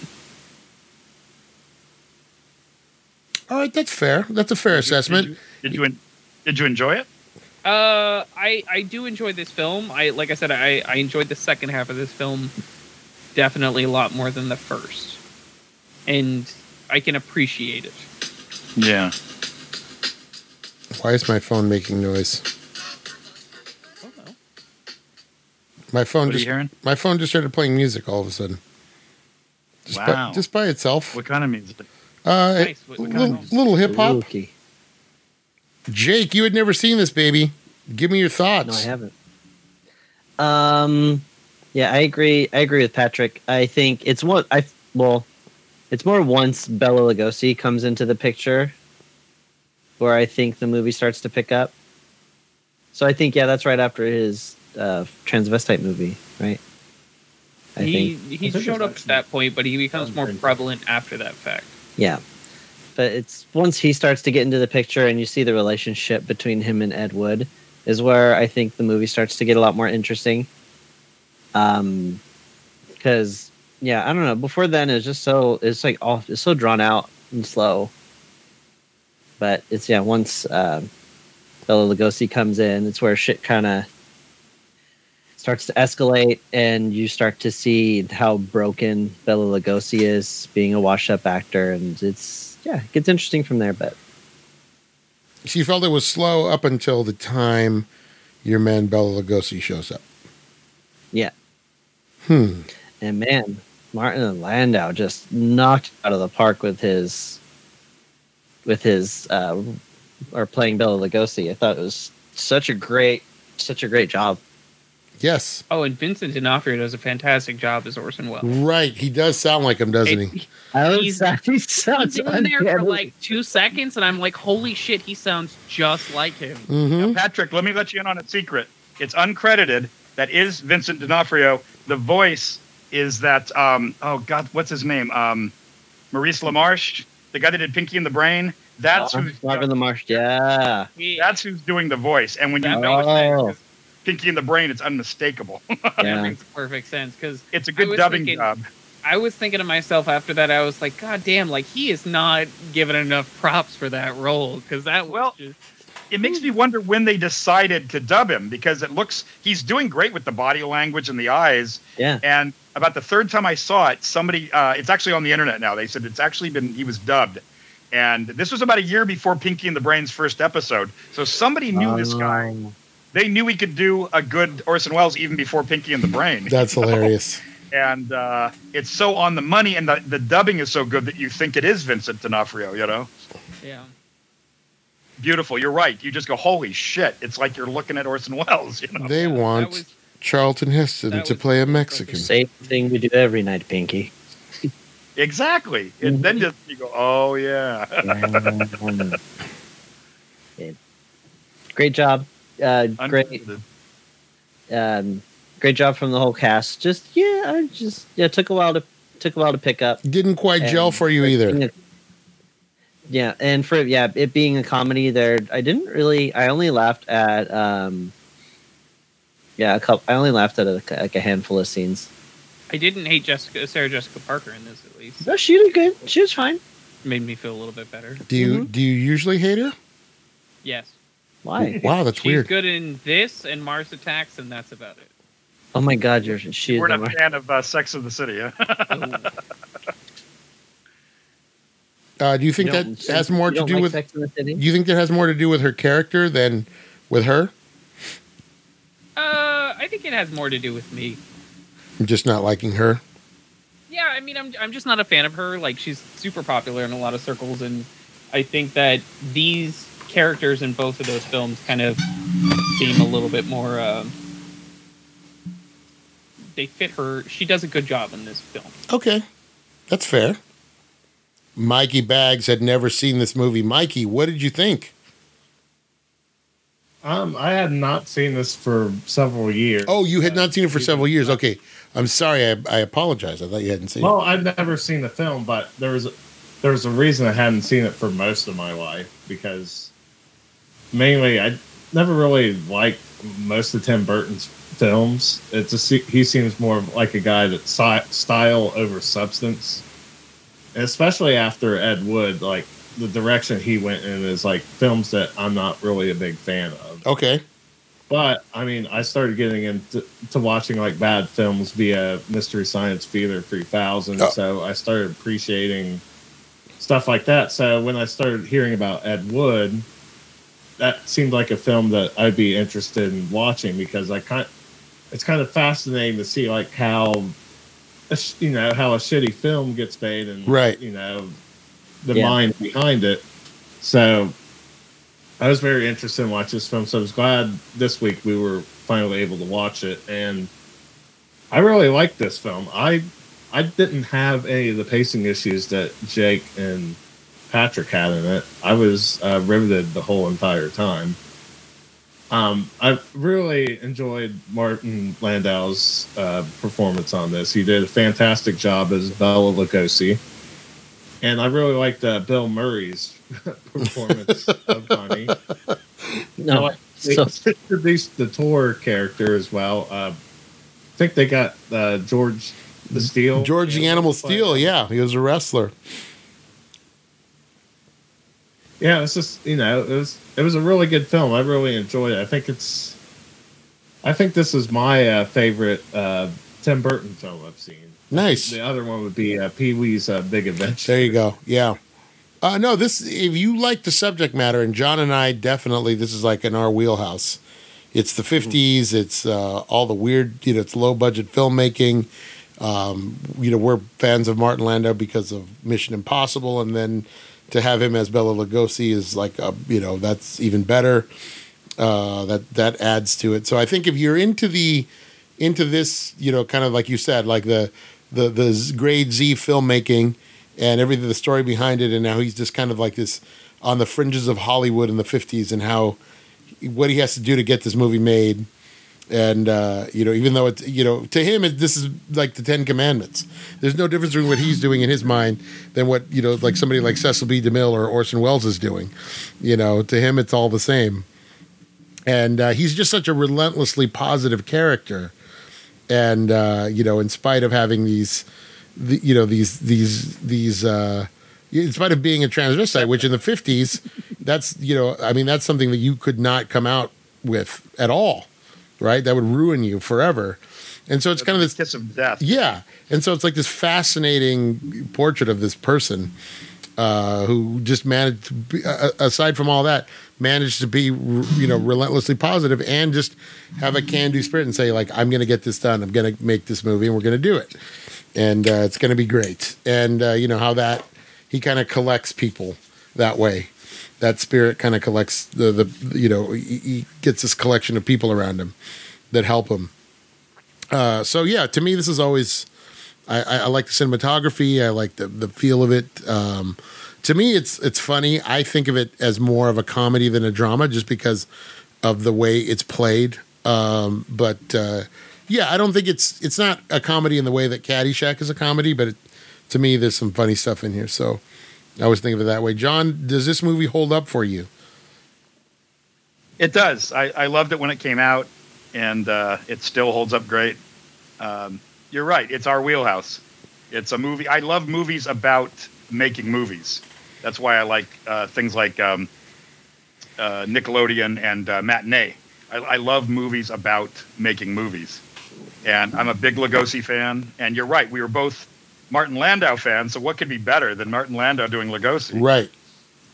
Speaker 1: all right, that's fair. That's a fair assessment.
Speaker 3: Did you en- did you enjoy it?
Speaker 5: Uh, I I do enjoy this film. I like I said, I I enjoyed the second half of this film definitely a lot more than the first, and I can appreciate it.
Speaker 3: Yeah.
Speaker 1: Why is my phone making noise?
Speaker 5: I don't know.
Speaker 1: My phone
Speaker 3: What are
Speaker 1: just
Speaker 3: you hearing?
Speaker 1: my phone just started playing music all of a sudden. Just
Speaker 3: Wow.
Speaker 1: by, just by itself.
Speaker 3: What kind of music?
Speaker 1: Uh,
Speaker 5: Nice. What- what kind of
Speaker 1: little,
Speaker 5: songs?
Speaker 1: little hip hop.
Speaker 4: Spooky.
Speaker 1: Jake, you had never seen this baby. Give me your thoughts.
Speaker 4: No, I haven't. Um, yeah, I agree. I agree with Patrick. I think it's what I well, it's more once Bella Lugosi comes into the picture, where I think the movie starts to pick up. So I think yeah, that's right after his uh, transvestite movie, right? I
Speaker 5: he
Speaker 4: think
Speaker 5: he
Speaker 6: I think
Speaker 5: showed
Speaker 6: it's
Speaker 5: up at
Speaker 6: actually-
Speaker 5: that point, but he becomes more
Speaker 6: Sounds
Speaker 5: prevalent after that fact.
Speaker 4: yeah. But it's once he starts to get into the picture and you see the relationship between him and Ed Wood is where I think the movie starts to get a lot more interesting. Um, because yeah, I don't know. Before then, it's just so it's like off. It's so drawn out and slow. But it's yeah. Once um, Bella Lugosi comes in, it's where shit kind of starts to escalate, and you start to see how broken Bella Lugosi is, being a washed-up actor, and it's yeah, it gets interesting from there. But
Speaker 1: She felt it was slow up until the time your man Bella Lugosi shows up.
Speaker 4: yeah,
Speaker 1: Hmm.
Speaker 4: and man, Martin Landau just knocked it out of the park with his with his uh, or playing Bella Lugosi. I thought it was such a great such a great job.
Speaker 1: Yes.
Speaker 5: Oh, and Vincent D'Onofrio does a fantastic job as Orson Welles.
Speaker 1: Right. He does sound like him, doesn't he?
Speaker 4: I was,
Speaker 5: He's-
Speaker 4: he
Speaker 5: He's
Speaker 4: sounds
Speaker 5: in there for
Speaker 4: unbearable.
Speaker 5: like two seconds, and I'm like, "Holy shit, he sounds just like him."
Speaker 1: Mm-hmm.
Speaker 3: Patrick, let me let you in on a secret. It's uncredited. That is Vincent D'Onofrio. The voice is that um oh god, what's his name? Um Maurice LaMarche, the guy that did Pinky and the Brain. That's
Speaker 4: Oh,
Speaker 1: Uh-huh.
Speaker 3: who's
Speaker 4: Marvin the Marsh. Yeah.
Speaker 5: He-
Speaker 3: that's who's doing the voice. And when you know it's
Speaker 4: Oh,
Speaker 3: Pinky and the Brain, it's unmistakable. *laughs*
Speaker 5: that
Speaker 4: yeah.
Speaker 5: makes perfect sense because
Speaker 3: It's a
Speaker 5: I
Speaker 3: good
Speaker 5: was
Speaker 3: dubbing
Speaker 5: thinking-
Speaker 3: job.
Speaker 5: I was thinking to myself after that, I was like, "God damn, like he is not given enough props for that role because that was
Speaker 3: Well,
Speaker 5: just,
Speaker 3: it makes me wonder when they decided to dub him because it looks he's doing great with the body language and the eyes. *laughs*
Speaker 4: Yeah.
Speaker 3: And about the third time I saw it, somebody uh, it's actually on the internet now. They said it's actually been he was dubbed. And this was about a year before Pinky and the Brain's first episode. So somebody knew this guy.
Speaker 4: Um,
Speaker 3: They knew he could do a good Orson Welles even before Pinky and the Brain.
Speaker 1: That's hilarious.
Speaker 3: And uh, it's so on the money, and the, the dubbing is so good that you think it is Vincent D'Onofrio, you know?
Speaker 5: Yeah.
Speaker 3: Beautiful. You're right. You just go, holy shit. It's like you're looking at Orson Welles, *laughs* you know?
Speaker 1: They
Speaker 5: That
Speaker 1: want
Speaker 5: was-
Speaker 1: Charlton Heston
Speaker 5: that
Speaker 1: to
Speaker 5: was-
Speaker 1: play a Mexican.
Speaker 4: Same thing we do every night, Pinky.
Speaker 3: Exactly. And then just, you go, oh, yeah. *laughs*
Speaker 1: Mm-hmm.
Speaker 4: Um, it- great job. Uh, great,
Speaker 3: Understood.
Speaker 4: um, great job from the whole cast. Just yeah, I just yeah, took a while to took a while to pick up.
Speaker 1: Didn't quite gel
Speaker 4: And-
Speaker 1: for you either.
Speaker 4: Yeah, and for yeah, it being a comedy, there I didn't really. I only laughed at um, yeah, a couple. I only laughed at a, like a handful of scenes.
Speaker 5: I didn't hate Jessica Sarah Jessica Parker in this at least.
Speaker 4: No, she did good. She was fine.
Speaker 5: Made me feel a little bit better.
Speaker 1: Do you do you usually hate her?
Speaker 5: Yes.
Speaker 4: Why?
Speaker 1: Wow, that's
Speaker 5: She's
Speaker 1: weird.
Speaker 5: good in this and Mars Attacks, and that's about it.
Speaker 4: Oh my God, you're she is
Speaker 3: We're
Speaker 4: the
Speaker 3: not
Speaker 4: worst.
Speaker 3: a fan of uh, Sex of the City, *laughs* huh?
Speaker 1: Uh, do you think
Speaker 4: You
Speaker 1: that
Speaker 4: don't- so
Speaker 1: has more
Speaker 4: you
Speaker 1: to
Speaker 4: don't
Speaker 1: do
Speaker 4: like
Speaker 1: with?
Speaker 4: Sex and the City?
Speaker 1: You think that has more to do with her character than with her?
Speaker 5: Uh, I think it has more to do with me.
Speaker 1: I'm just not liking her.
Speaker 5: Yeah, I mean, I'm I'm just not a fan of her. Like, she's super popular in a lot of circles, and I think that these characters in both of those films kind of seem a little bit more. Um, they fit her. She does a good job in this film.
Speaker 1: Okay, that's fair. Mikey Bags had never seen this movie. Mikey, what did you think?
Speaker 6: Um, I had not seen this for several years.
Speaker 1: Oh, you had
Speaker 6: Uh,
Speaker 1: not seen it for
Speaker 6: you-
Speaker 1: several years. Okay, I'm sorry. I, I apologize. I thought you hadn't seen
Speaker 6: Well, I've never seen the film, but there was there was a reason I hadn't seen it for most of my life because mainly I never really liked most of Tim Burton's films. It's just he seems more of like a guy that si- style over substance, and especially after Ed Wood, like the direction he went in is like films that I'm not really a big fan of.
Speaker 1: it. Okay,
Speaker 6: But I mean, I started getting into to watching like bad films via Mystery Science Theater 3000.
Speaker 1: Oh.
Speaker 6: So I started appreciating stuff like that. So when I started hearing about Ed Wood, that seemed like a film that I'd be interested in watching because I kind it's kind of fascinating to see like how a sh- you know how a shitty film gets made and
Speaker 1: Right.
Speaker 6: you know the
Speaker 4: Yeah.
Speaker 6: mind behind it. So I was very interested in watching this film, so I was glad this week we were finally able to watch it, and I really liked this film. I I didn't have any of the pacing issues that Jake and Patrick had in it. I was uh, riveted the whole entire time. Um, I really enjoyed Martin Landau's uh, performance on this. He did a fantastic job as Bella Lugosi, and I really liked uh, Bill Murray's *laughs* performance of Bonnie.
Speaker 4: No,
Speaker 6: They
Speaker 4: so
Speaker 6: introduced the Tor character as well. Uh, I think they got uh, George the Steel.
Speaker 1: George the Animal Steel. Yeah, he was a wrestler.
Speaker 6: yeah. It's just you know it was it was a really good film. I really enjoyed it. I think it's, I think this is my uh, favorite uh, Tim Burton film I've seen.
Speaker 1: Nice.
Speaker 6: The other one would be uh, Pee Wee's uh, Big Adventure.
Speaker 1: There you go. Yeah. Uh, no, this if you like the subject matter, and John and I definitely this is like in our wheelhouse. It's the fifties. It's uh, all the weird, you know, it's low budget filmmaking. Um, you know, we're fans of Martin Landau because of Mission Impossible, and then to have him as Bella Lugosi is like a, you know that's even better. Uh, that that adds to it. So I think if you're into the into this, you know, kind of like you said, like the the the Z- grade Z filmmaking and everything, the story behind it, and now he's just kind of like this on the fringes of Hollywood in the '50s, and how what he has to do to get this movie made. And uh, you know, even though it's you know, to him, it, this is like the Ten Commandments. There's no difference between what he's doing in his mind than what you know, like somebody like Cecil B. DeMille or Orson Welles is doing. You know, to him, it's all the same. And uh, he's just such a relentlessly positive character and uh, you know, in spite of having these, the, you know, these these these, uh, in spite of being a transvestite, which in the fifties, that's you know I mean that's something that you could not come out with at all, right? That would ruin you forever. And so it's kind of this
Speaker 3: kiss of death.
Speaker 1: yeah, and so it's like this fascinating portrait of this person uh, who just managed, to be, uh, aside from all that, managed to be you know relentlessly positive and just have a can-do spirit and say like I'm going to get this done. I'm going to make this movie and we're going to do it, and uh, it's going to be great. And uh, you know how that he kind of collects people that way. That spirit kind of collects the the you know he, he gets this collection of people around him that help him. Uh, so yeah, to me, this is always. I, I, I like the cinematography. I like the, the feel of it. Um, to me, it's it's funny. I think of it as more of a comedy than a drama, just because of the way it's played. Um, but uh, yeah, I don't think it's it's not a comedy in the way that Caddyshack is a comedy. But it, to me, there's some funny stuff in here. So I always think of it that way. John, does this movie hold up for you?
Speaker 3: It does. I, I loved it when it came out, and uh, it still holds up great. Um, you're right. It's our wheelhouse. It's a movie. I love movies about making movies. That's why I like uh, things like um, uh, Nickelodeon and uh, Matinee. I, I love movies about making movies. And I'm a big Lugosi fan. And you're right. We were both Martin Landau fans. So what could be better than Martin Landau doing Lugosi?
Speaker 1: Right.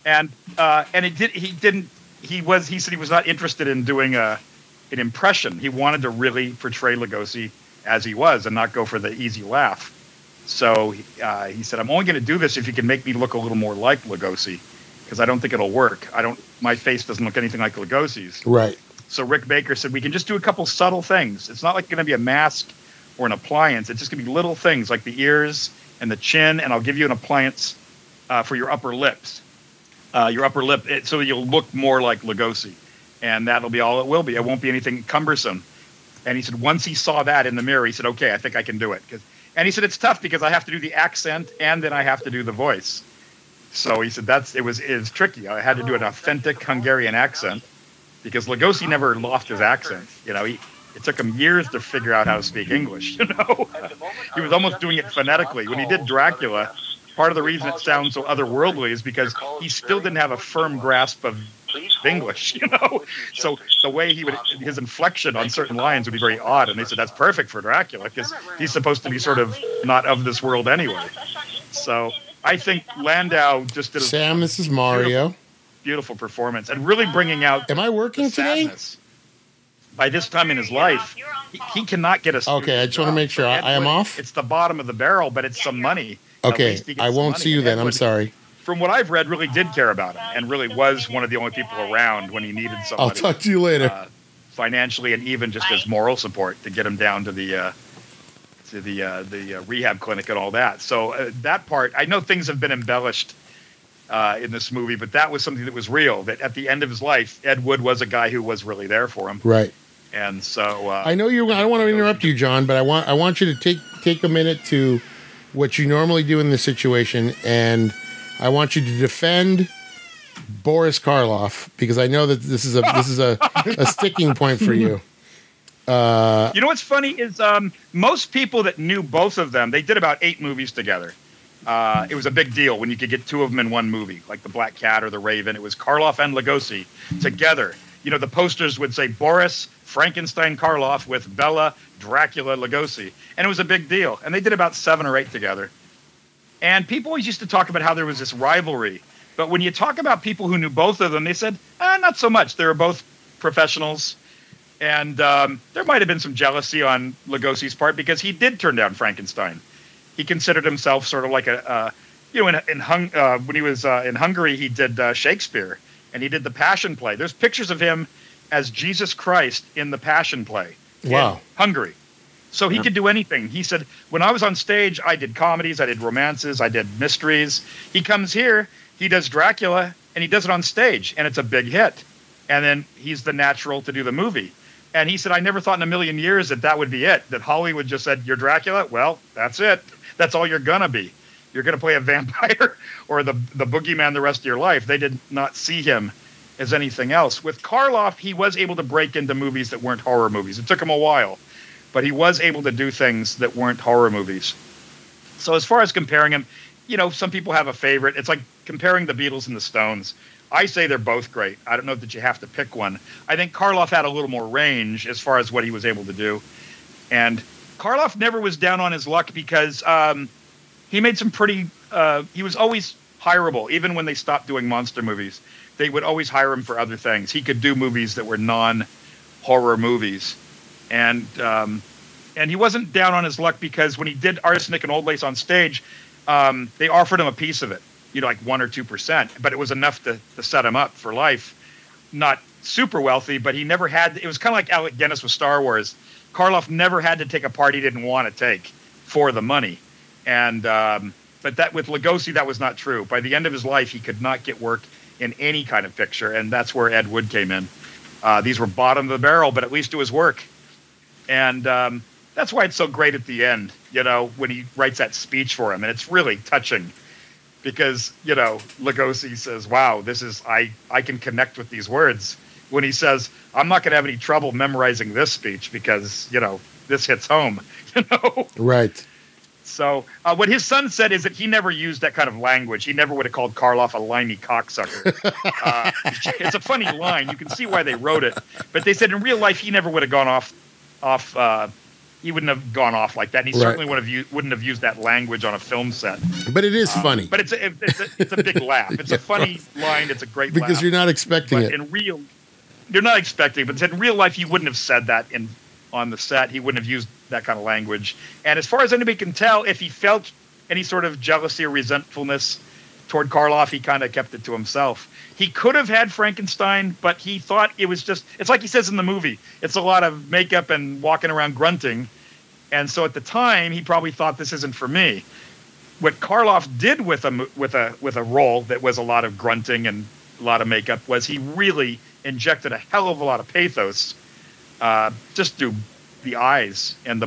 Speaker 3: and uh, and it did he didn't he was he said he was not interested in doing a an impression. He wanted to really portray Lugosi as he was and not go for the easy laugh. So uh, he said, "I'm only going to do this if you can make me look a little more like Lugosi, because I don't think it'll work. I don't. My face doesn't look anything like Lugosi's."
Speaker 1: Right.
Speaker 3: So Rick Baker said, "We can just do a couple subtle things. It's not like going to be a mask or an appliance. It's just going to be little things like the ears and the chin, and I'll give you an appliance uh, for your upper lips, uh, your upper lip, it, so you'll look more like Lugosi, and that'll be all it will be. It won't be anything cumbersome." And he said, once he saw that in the mirror, he said, "Okay, I think I can do it." 'Cause- and he said, "It's tough because I have to do the accent and then I have to do the voice." So he said, "That's it was is tricky. I had to do an authentic Hungarian accent." because Lugosi never lost his accent. You know, he it took him years to figure out how to speak English. *laughs* You know, he was almost doing it phonetically. When he did Dracula, part of the reason it sounds so otherworldly is because he still didn't have a firm grasp of English. *laughs* You know, so the way he would his inflection on certain lines would be very odd. And they said that's perfect for Dracula because he's supposed to be sort of not of this world anyway. So I think Landau just did a
Speaker 1: Sam, this is Mario.
Speaker 3: beautiful performance and really bringing out
Speaker 1: Am I working
Speaker 3: the
Speaker 1: today?
Speaker 3: sadness. By this time in his life, he, he cannot get a. studio
Speaker 1: Okay, I just wanna
Speaker 3: job.
Speaker 1: make sure. I- I am
Speaker 3: Edward,
Speaker 1: off?
Speaker 3: It's the bottom of the barrel, but it's some money. At
Speaker 1: Okay,
Speaker 3: least he gets
Speaker 1: I
Speaker 3: some
Speaker 1: won't
Speaker 3: money.
Speaker 1: see you
Speaker 3: And
Speaker 1: then. I'm
Speaker 3: Edward,
Speaker 1: sorry.
Speaker 3: From what I've read, really did care about him and really was one of the only people around when he needed
Speaker 1: I'll
Speaker 3: somebody
Speaker 1: talk to you *laughs* later.
Speaker 3: uh, financially and even just as moral support to get him down to the uh, to the uh, the uh, rehab clinic and all that. So uh, that part, I know things have been embellished uh, in this movie, but that was something that was real. That at the end of his life, Ed Wood was a guy who was really there for him,
Speaker 1: right.
Speaker 3: and so
Speaker 1: I
Speaker 3: uh,
Speaker 1: know you. I don't want to interrupt you, John, but I want I want you to take take a minute to what you normally do in this situation, and I want you to defend Boris Karloff because I know that this is a this is a, a sticking point for you.
Speaker 3: you know what's funny is um, most people that knew both of them, they did about eight movies together. Uh, it was a big deal when you could get two of them in one movie, like The Black Cat or The Raven. It was Karloff and Lugosi together. You know, the posters would say Boris Frankenstein Karloff with Bella Dracula Lugosi, and it was a big deal. And they did about seven or eight together. And people always used to talk about how there was this rivalry, but when you talk about people who knew both of them, they said, ah, not so much. They were both professionals and um, there might have been some jealousy on Lugosi's part because he did turn down Frankenstein. He considered himself sort of like a, uh, you know, in, in Hung, uh, when he was uh, in Hungary, he did uh, Shakespeare and he did the Passion Play. There's pictures of him as Jesus Christ in the Passion Play. in
Speaker 1: Wow.
Speaker 3: Hungary. So he
Speaker 4: Yeah.
Speaker 3: could do anything. He said, when I was on stage, I did comedies, I did romances, I did mysteries. He comes here, he does Dracula, and he does it on stage, and it's a big hit. And then he's the natural to do the movie. And he said, I never thought in a million years that that would be it, that Hollywood just said, You're Dracula? Well, that's it. That's all you're going to be. You're going to play a *laughs* vampire or the, the boogeyman the rest of your life. They did not see him as anything else. With Karloff, he was able to break into movies that weren't horror movies. It took him a while, but he was able to do things that weren't horror movies. So as far as comparing him, you know, some people have a favorite. It's like comparing the Beatles and the Stones. I say they're both great. I don't know that you have to pick one. I think Karloff had a little more range as far as what he was able to do, and Karloff never was down on his luck because um, he made some pretty. Uh, he was always hireable, even when they stopped doing monster movies. They would always hire him for other things. He could do movies that were non-horror movies, and um, and he wasn't down on his luck because when he did Arsenic and Old Lace on stage, um, they offered him a piece of it, you know, like one or two percent, but it was enough to, to set him up for life. Not super wealthy, but he never had. It was kind of like Alec Guinness with Star Wars. Karloff never had to take a part he didn't want to take for the money, and um, but that with Lugosi that was not true. By the end of his life, he could not get work in any kind of picture, and that's where Ed Wood came in. Uh, these were bottom of the barrel, but at least it was work, and um, that's why it's so great at the end. You know when he writes that speech for him, and it's really touching because you know Lugosi says, "Wow, this is I I can connect with these words." When he says, "I'm not going to have any trouble memorizing this speech because you know this hits home," *laughs* you know.
Speaker 1: *laughs* Right.
Speaker 3: So uh, what his son said is that he never used that kind of language. He never would have called Karloff a limey cocksucker.
Speaker 1: *laughs*
Speaker 3: uh, it's a funny line. You can see why they wrote it. But they said in real life he never would have gone off off. Uh, he wouldn't have gone off like that. And he
Speaker 1: Right.
Speaker 3: certainly would have u- wouldn't have used that language on a film set.
Speaker 1: But it is funny
Speaker 3: Uh, But it's a, it's a, it's a big laugh. It's
Speaker 1: Yeah,
Speaker 3: a funny line. It's a great
Speaker 1: because
Speaker 3: laugh.
Speaker 1: you're not expecting
Speaker 3: but
Speaker 1: it.
Speaker 3: in real, you're not expecting. But in real life, you wouldn't have said that in on the set. He wouldn't have used that kind of language. And as far as anybody can tell, if he felt any sort of jealousy or resentfulness toward Karloff, he kind of kept it to himself. He could have had Frankenstein, but he thought it was just. It's like he says in the movie. It's a lot of makeup and walking around grunting. And so at the time, he probably thought this isn't for me. What Karloff did with a mo- with a with a role that was a lot of grunting and a lot of makeup was he really injected a hell of a lot of pathos uh, just through the eyes and the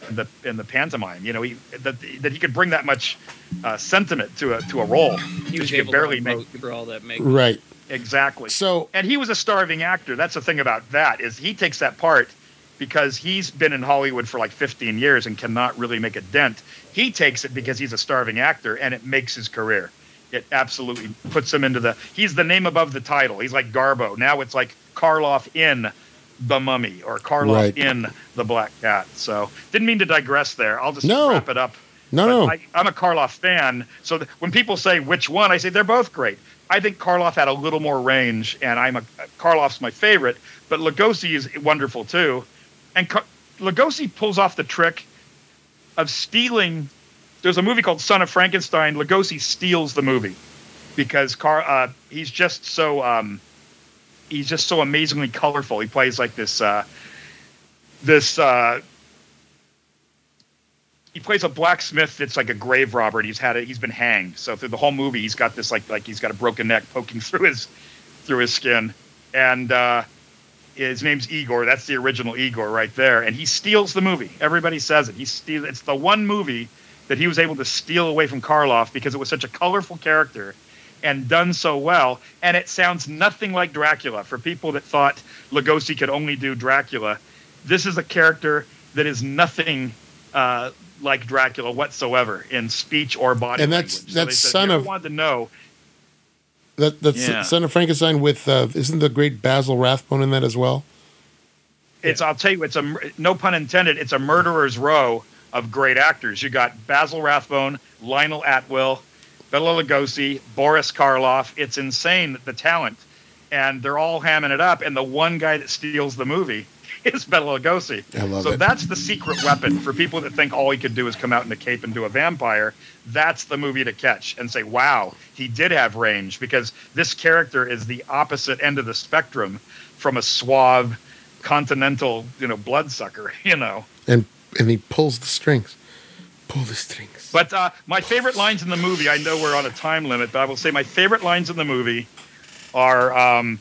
Speaker 3: uh, and the and the pantomime. You know, he, that that he could bring that much uh, sentiment to a to a role.
Speaker 7: He
Speaker 3: Because
Speaker 7: was
Speaker 3: you
Speaker 7: able
Speaker 3: could barely
Speaker 7: to
Speaker 3: make-
Speaker 7: make for all that make.
Speaker 1: Right.
Speaker 3: Exactly
Speaker 1: So
Speaker 3: and he was a starving actor. That's the thing about that is he takes that part because he's been in Hollywood for like 15 years and cannot really make a dent. He takes it because he's a starving actor and it makes his career. It absolutely puts him into the he's the name above the title. He's like Garbo. Now it's like Karloff in The Mummy or Karloff
Speaker 1: Right.
Speaker 3: in The Black Cat. So didn't mean to digress there. I'll just
Speaker 1: No.
Speaker 3: wrap it up.
Speaker 1: no,
Speaker 3: But
Speaker 1: no,
Speaker 3: I, I'm a Karloff fan, so th- when people say which one, I say they're both great. I think Karloff had a little more range, and I'm a Karloff's my favorite, but Lugosi is wonderful too, and Ka- Lugosi pulls off the trick of stealing. There's a movie called Son of Frankenstein. Lugosi steals the movie because Car uh, he's just so um, he's just so amazingly colorful. He plays like this uh, this uh, he plays a blacksmith that's like a grave robber and he's had it he's been hanged so through the whole movie he's got this like like he's got a broken neck poking *laughs* through his through his skin and uh his name's igor that's the original igor right there and he steals the movie everybody says it he steals it's the one movie that he was able to steal away from karloff because it was such a colorful character and done so well and it sounds nothing like dracula for people that thought lugosi could only do dracula this is a character that is nothing uh, like Dracula whatsoever in speech or body.
Speaker 1: And that's-
Speaker 3: language.
Speaker 1: that's
Speaker 3: so they said,
Speaker 1: son
Speaker 3: "If you
Speaker 1: of-
Speaker 3: ever wanted to know.
Speaker 1: that that's
Speaker 3: Yeah.
Speaker 1: Son of Frankenstein with uh, isn't the great Basil Rathbone in that as well?
Speaker 3: It's I'll tell you, it's a mur- no pun intended. It's a murderer's row of great actors. You got Basil Rathbone, Lionel Atwill, Bela Lugosi, Boris Karloff. It's insane the talent, and they're all hamming it up. And the one guy that steals the movie *laughs* is Bela Lugosi.
Speaker 1: I love
Speaker 3: so
Speaker 1: it.
Speaker 3: that's the secret weapon for people that think all he could do is come out in a cape and do a vampire. That's the movie to catch and say, wow, he did have range because this character is the opposite end of the spectrum from a suave continental, you know, bloodsucker, *laughs* you know.
Speaker 1: And and he pulls the strings, pull the strings.
Speaker 3: But uh, my favorite lines in the movie, I know we're on a time limit, but I will say my favorite lines in the movie are um,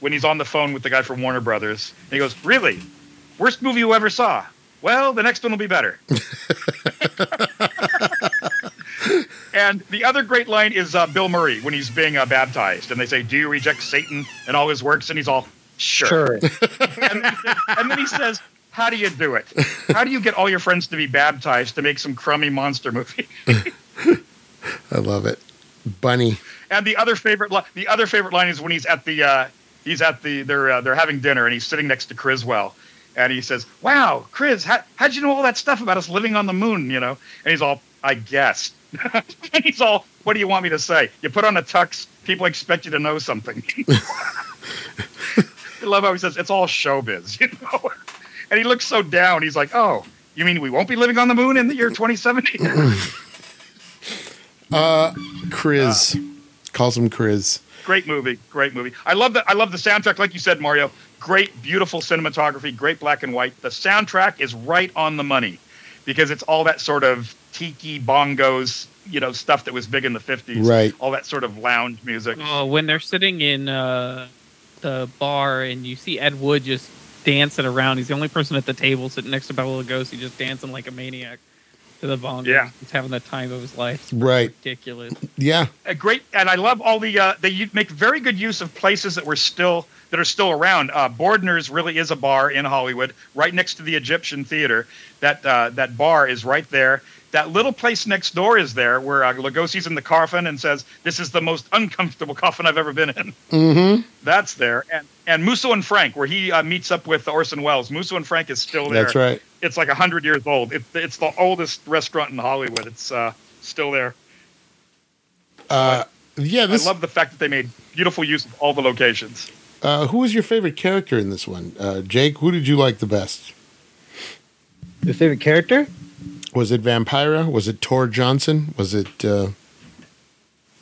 Speaker 3: when he's on the phone with the guy from Warner Brothers. And he goes, Really? Worst movie you ever saw? Well, the next one will be better. and the other great line is uh, Bill Murray when he's being uh, baptized. And they say, Do you reject Satan and all his works? And he's all, Sure. *laughs* and, then he says- and then he says, "How do you do it? How do you get all your friends to be baptized to make some crummy monster movie?"
Speaker 1: I love it. Bunny.
Speaker 3: And the other favorite, li- the other favorite line is when he's at the, uh, he's at the, they're uh, they're having dinner, and he's sitting next to Criswell, and he says, "Wow, Chris, how, how'd you know all that stuff about us living on the moon?" You know, and he's all, "I guessed." *laughs* and he's all, "What do you want me to say? You put on a tux, people expect you to know something." *laughs* I love how he says it's all showbiz, *laughs* you know. And he looks so down. He's like, "Oh, you mean we won't be living on the moon in the year *laughs* 2070?"
Speaker 1: Uh, Chris
Speaker 3: Uh,
Speaker 1: calls him Chris.
Speaker 3: great movie, great movie. I love the I love the soundtrack. Like you said, Mario, great, beautiful cinematography, great black and white. The soundtrack is right on the money because it's all that sort of tiki bongos, you know, stuff that was big in the 50s.
Speaker 1: Right.
Speaker 3: All that sort of lounge music.
Speaker 5: Oh, when they're sitting in uh, the bar and you see Ed Wood just dancing around. He's the only person at the table sitting next to Bella Lugosi, just dancing like a maniac to the bongos.
Speaker 3: Yeah.
Speaker 5: he's having the time of his life.
Speaker 1: Right.
Speaker 5: Ridiculous.
Speaker 1: Yeah.
Speaker 3: a great and I love all the uh, they u- make very good use of places that were still that are still around. Uh, Bordner's really is a bar in Hollywood, right next to the Egyptian Theater. That uh, that bar is right there. That little place next door is there, where uh, Lugosi's in the coffin and says, "This is the most uncomfortable *laughs* coffin I've ever been in."
Speaker 1: Mm-hmm.
Speaker 3: That's there, and and Musso and Frank, where he uh, meets up with Orson Welles. Musso and Frank is still there.
Speaker 1: That's right.
Speaker 3: It's like hundred years old. It, it's the oldest restaurant in Hollywood. It's uh, still there.
Speaker 1: Uh, yeah. This.
Speaker 3: I love the fact that they made beautiful use of all the locations.
Speaker 1: uh, who was your favorite character in this one, uh, Jake? Who did you like the best?
Speaker 4: Your favorite character?
Speaker 1: Was it Vampira? Was it Tor Johnson? Was it? Uh,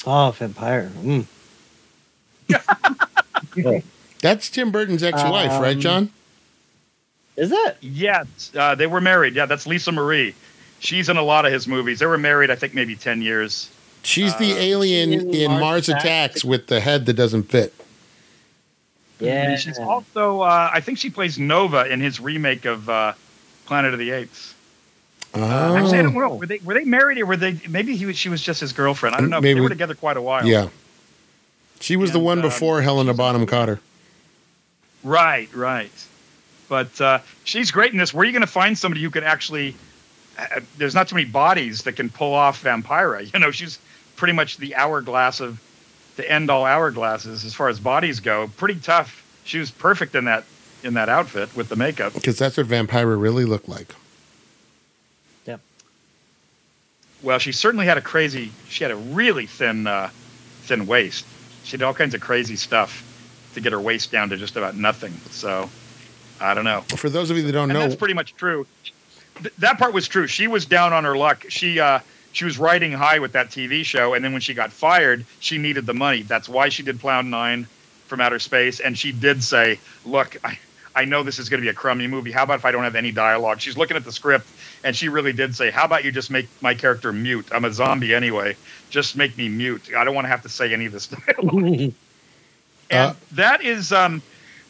Speaker 4: Oh, Vampire. Mm.
Speaker 1: that's Tim Burton's ex-wife, right,
Speaker 4: Um,
Speaker 1: John?
Speaker 4: Is it?
Speaker 3: Yes, uh, they were married. Yeah, that's Lisa Marie. She's in a lot of his movies. They were married, I think, maybe ten years.
Speaker 1: She's the
Speaker 3: uh,
Speaker 1: alien
Speaker 4: in
Speaker 1: in,
Speaker 4: Mars
Speaker 1: Mars
Speaker 4: Attacks.
Speaker 1: Attacks with the head that doesn't fit.
Speaker 4: Yeah.
Speaker 3: And she's also, uh, I think, she plays Nova in his remake of uh, Planet of the Apes. Uh, Actually, I don't
Speaker 1: Oh.
Speaker 3: know. Were they were they married or were they? Maybe he was, she was just his girlfriend. I don't know. but
Speaker 1: Maybe.
Speaker 3: They were together quite a while.
Speaker 1: Yeah. She was the
Speaker 3: And,
Speaker 1: one
Speaker 3: um,
Speaker 1: before Helena Bonham Carter.
Speaker 3: Right, right. But uh, she's great in this. Where are you going to find somebody who can actually? Uh, there's not too many bodies that can pull off Vampira. *laughs* You know, she's pretty much the hourglass of the end all hourglasses as far as bodies go. Pretty tough. She was perfect in that in that outfit with the makeup.
Speaker 1: Because that's what Vampira really looked like.
Speaker 3: Well, she certainly had a crazy. She had a really thin uh, thin waist. She did all kinds of crazy stuff to get her waist down to just about nothing. So I don't know.
Speaker 1: For those of you that don't
Speaker 3: and
Speaker 1: know,
Speaker 3: that's pretty much true. Th- that part was true. She was down on her luck. She uh, she was riding high with that TV show, and then when she got fired, she needed the money. That's why she did Cloud Nine from Outer Space, and she did say, "Look, I." I know this is going to be a crummy movie. How about if I don't have any dialogue? She's looking at the script, and she really did say, "How about you just make my character mute? I'm a zombie anyway. Just make me mute. I don't want to have to say any of this *laughs* dialogue." and
Speaker 1: Uh,
Speaker 3: that is um,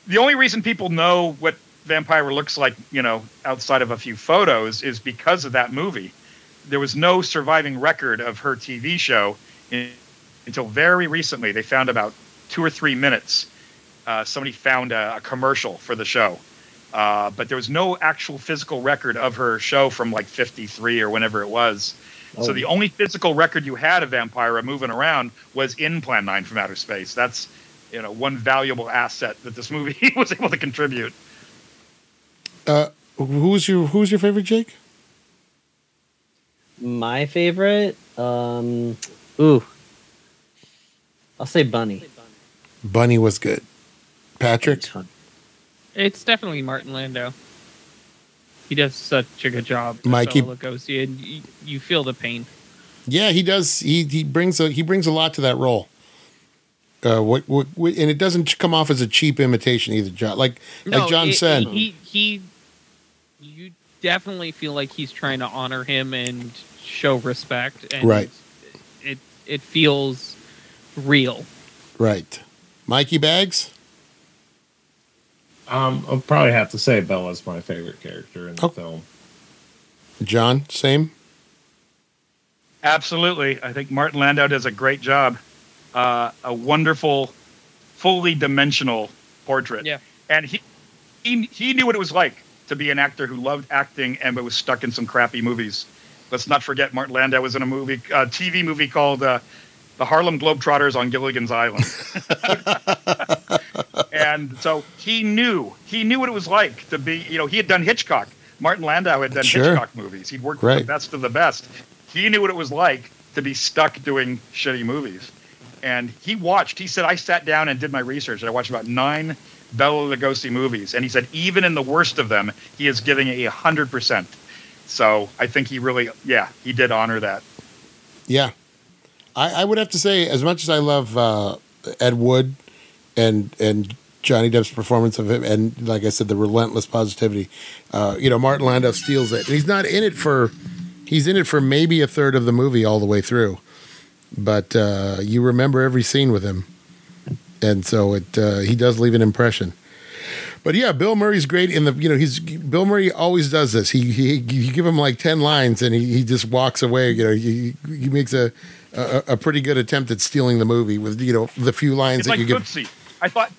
Speaker 3: the only reason people know what Vampire looks like, you know, outside of a few photos, is because of that movie. There was no surviving record of her TV show in, until very recently. They found about two or three minutes. Uh, somebody found a, a commercial for the show, uh, but there was no actual physical record of her show from like '53 or whenever it was. So
Speaker 4: Oh.
Speaker 3: the only physical record you had of Vampira moving around was in Plan 9 from Outer Space. That's, you know, one valuable asset that this movie *laughs* was able to contribute.
Speaker 1: uh, who's your who's your favorite Jake?
Speaker 4: *laughs* My favorite? Um, ooh. I'll say Bunny.
Speaker 1: Bunny was good. Patrick,
Speaker 5: It's definitely Martin Lando. He does such a good job,
Speaker 1: Mikey-
Speaker 5: Bela Lugosi, and you, you feel the pain.
Speaker 1: yeah, he does. He he brings a he brings a lot to that role. Uh, what, what, what and it doesn't come off as a cheap imitation either, John. Like like John
Speaker 5: it-
Speaker 1: said,
Speaker 5: he, he you definitely feel like he's trying to honor him and show respect, and
Speaker 1: Right.
Speaker 5: It it feels real.
Speaker 1: right? Mikey Bags.
Speaker 6: Um, I'll probably have to say Bella's my favorite character in the
Speaker 1: Oh.
Speaker 6: film.
Speaker 1: John, same.
Speaker 3: Absolutely. I think Martin Landau does a great job. Uh, a wonderful, fully dimensional portrait.
Speaker 5: Yeah.
Speaker 3: And he, he, he knew what it was like to be an actor who loved acting and but was stuck in some crappy movies. Let's not forget Martin Landau was in a movie, a TV movie called uh, the Harlem Globetrotters on Gilligan's Island. and so he knew he knew what it was like to be. You know, he had done Hitchcock. Martin Landau had done
Speaker 1: Sure.
Speaker 3: Hitchcock movies. He'd worked with
Speaker 1: Right.
Speaker 3: the best of the best. He knew what it was like to be stuck doing shitty movies. And he watched. He said, I sat down and did my research, and I watched about nine Bela Lugosi movies. And he said, even in the worst of them, he is giving a hundred percent. So I think he really, yeah, he did honor that.
Speaker 1: Yeah, I, I would have to say, as much as I love uh, Ed Wood and and Johnny Depp's performance of him, and like I said, the relentless positivity, uh, you know, Martin Landau steals it, and he's not in it for he's in it for maybe a third of the movie all the way through, but uh, you remember every scene with him, and so it uh, he does leave an impression. But yeah, Bill Murray's great in the you know he's Bill Murray always does this. He he you give him like ten lines and he, he just walks away. You know he he makes a, a a pretty good attempt at stealing the movie with you know the few lines
Speaker 3: It's
Speaker 1: that
Speaker 3: like
Speaker 1: you give.
Speaker 3: Tootsie. I thought,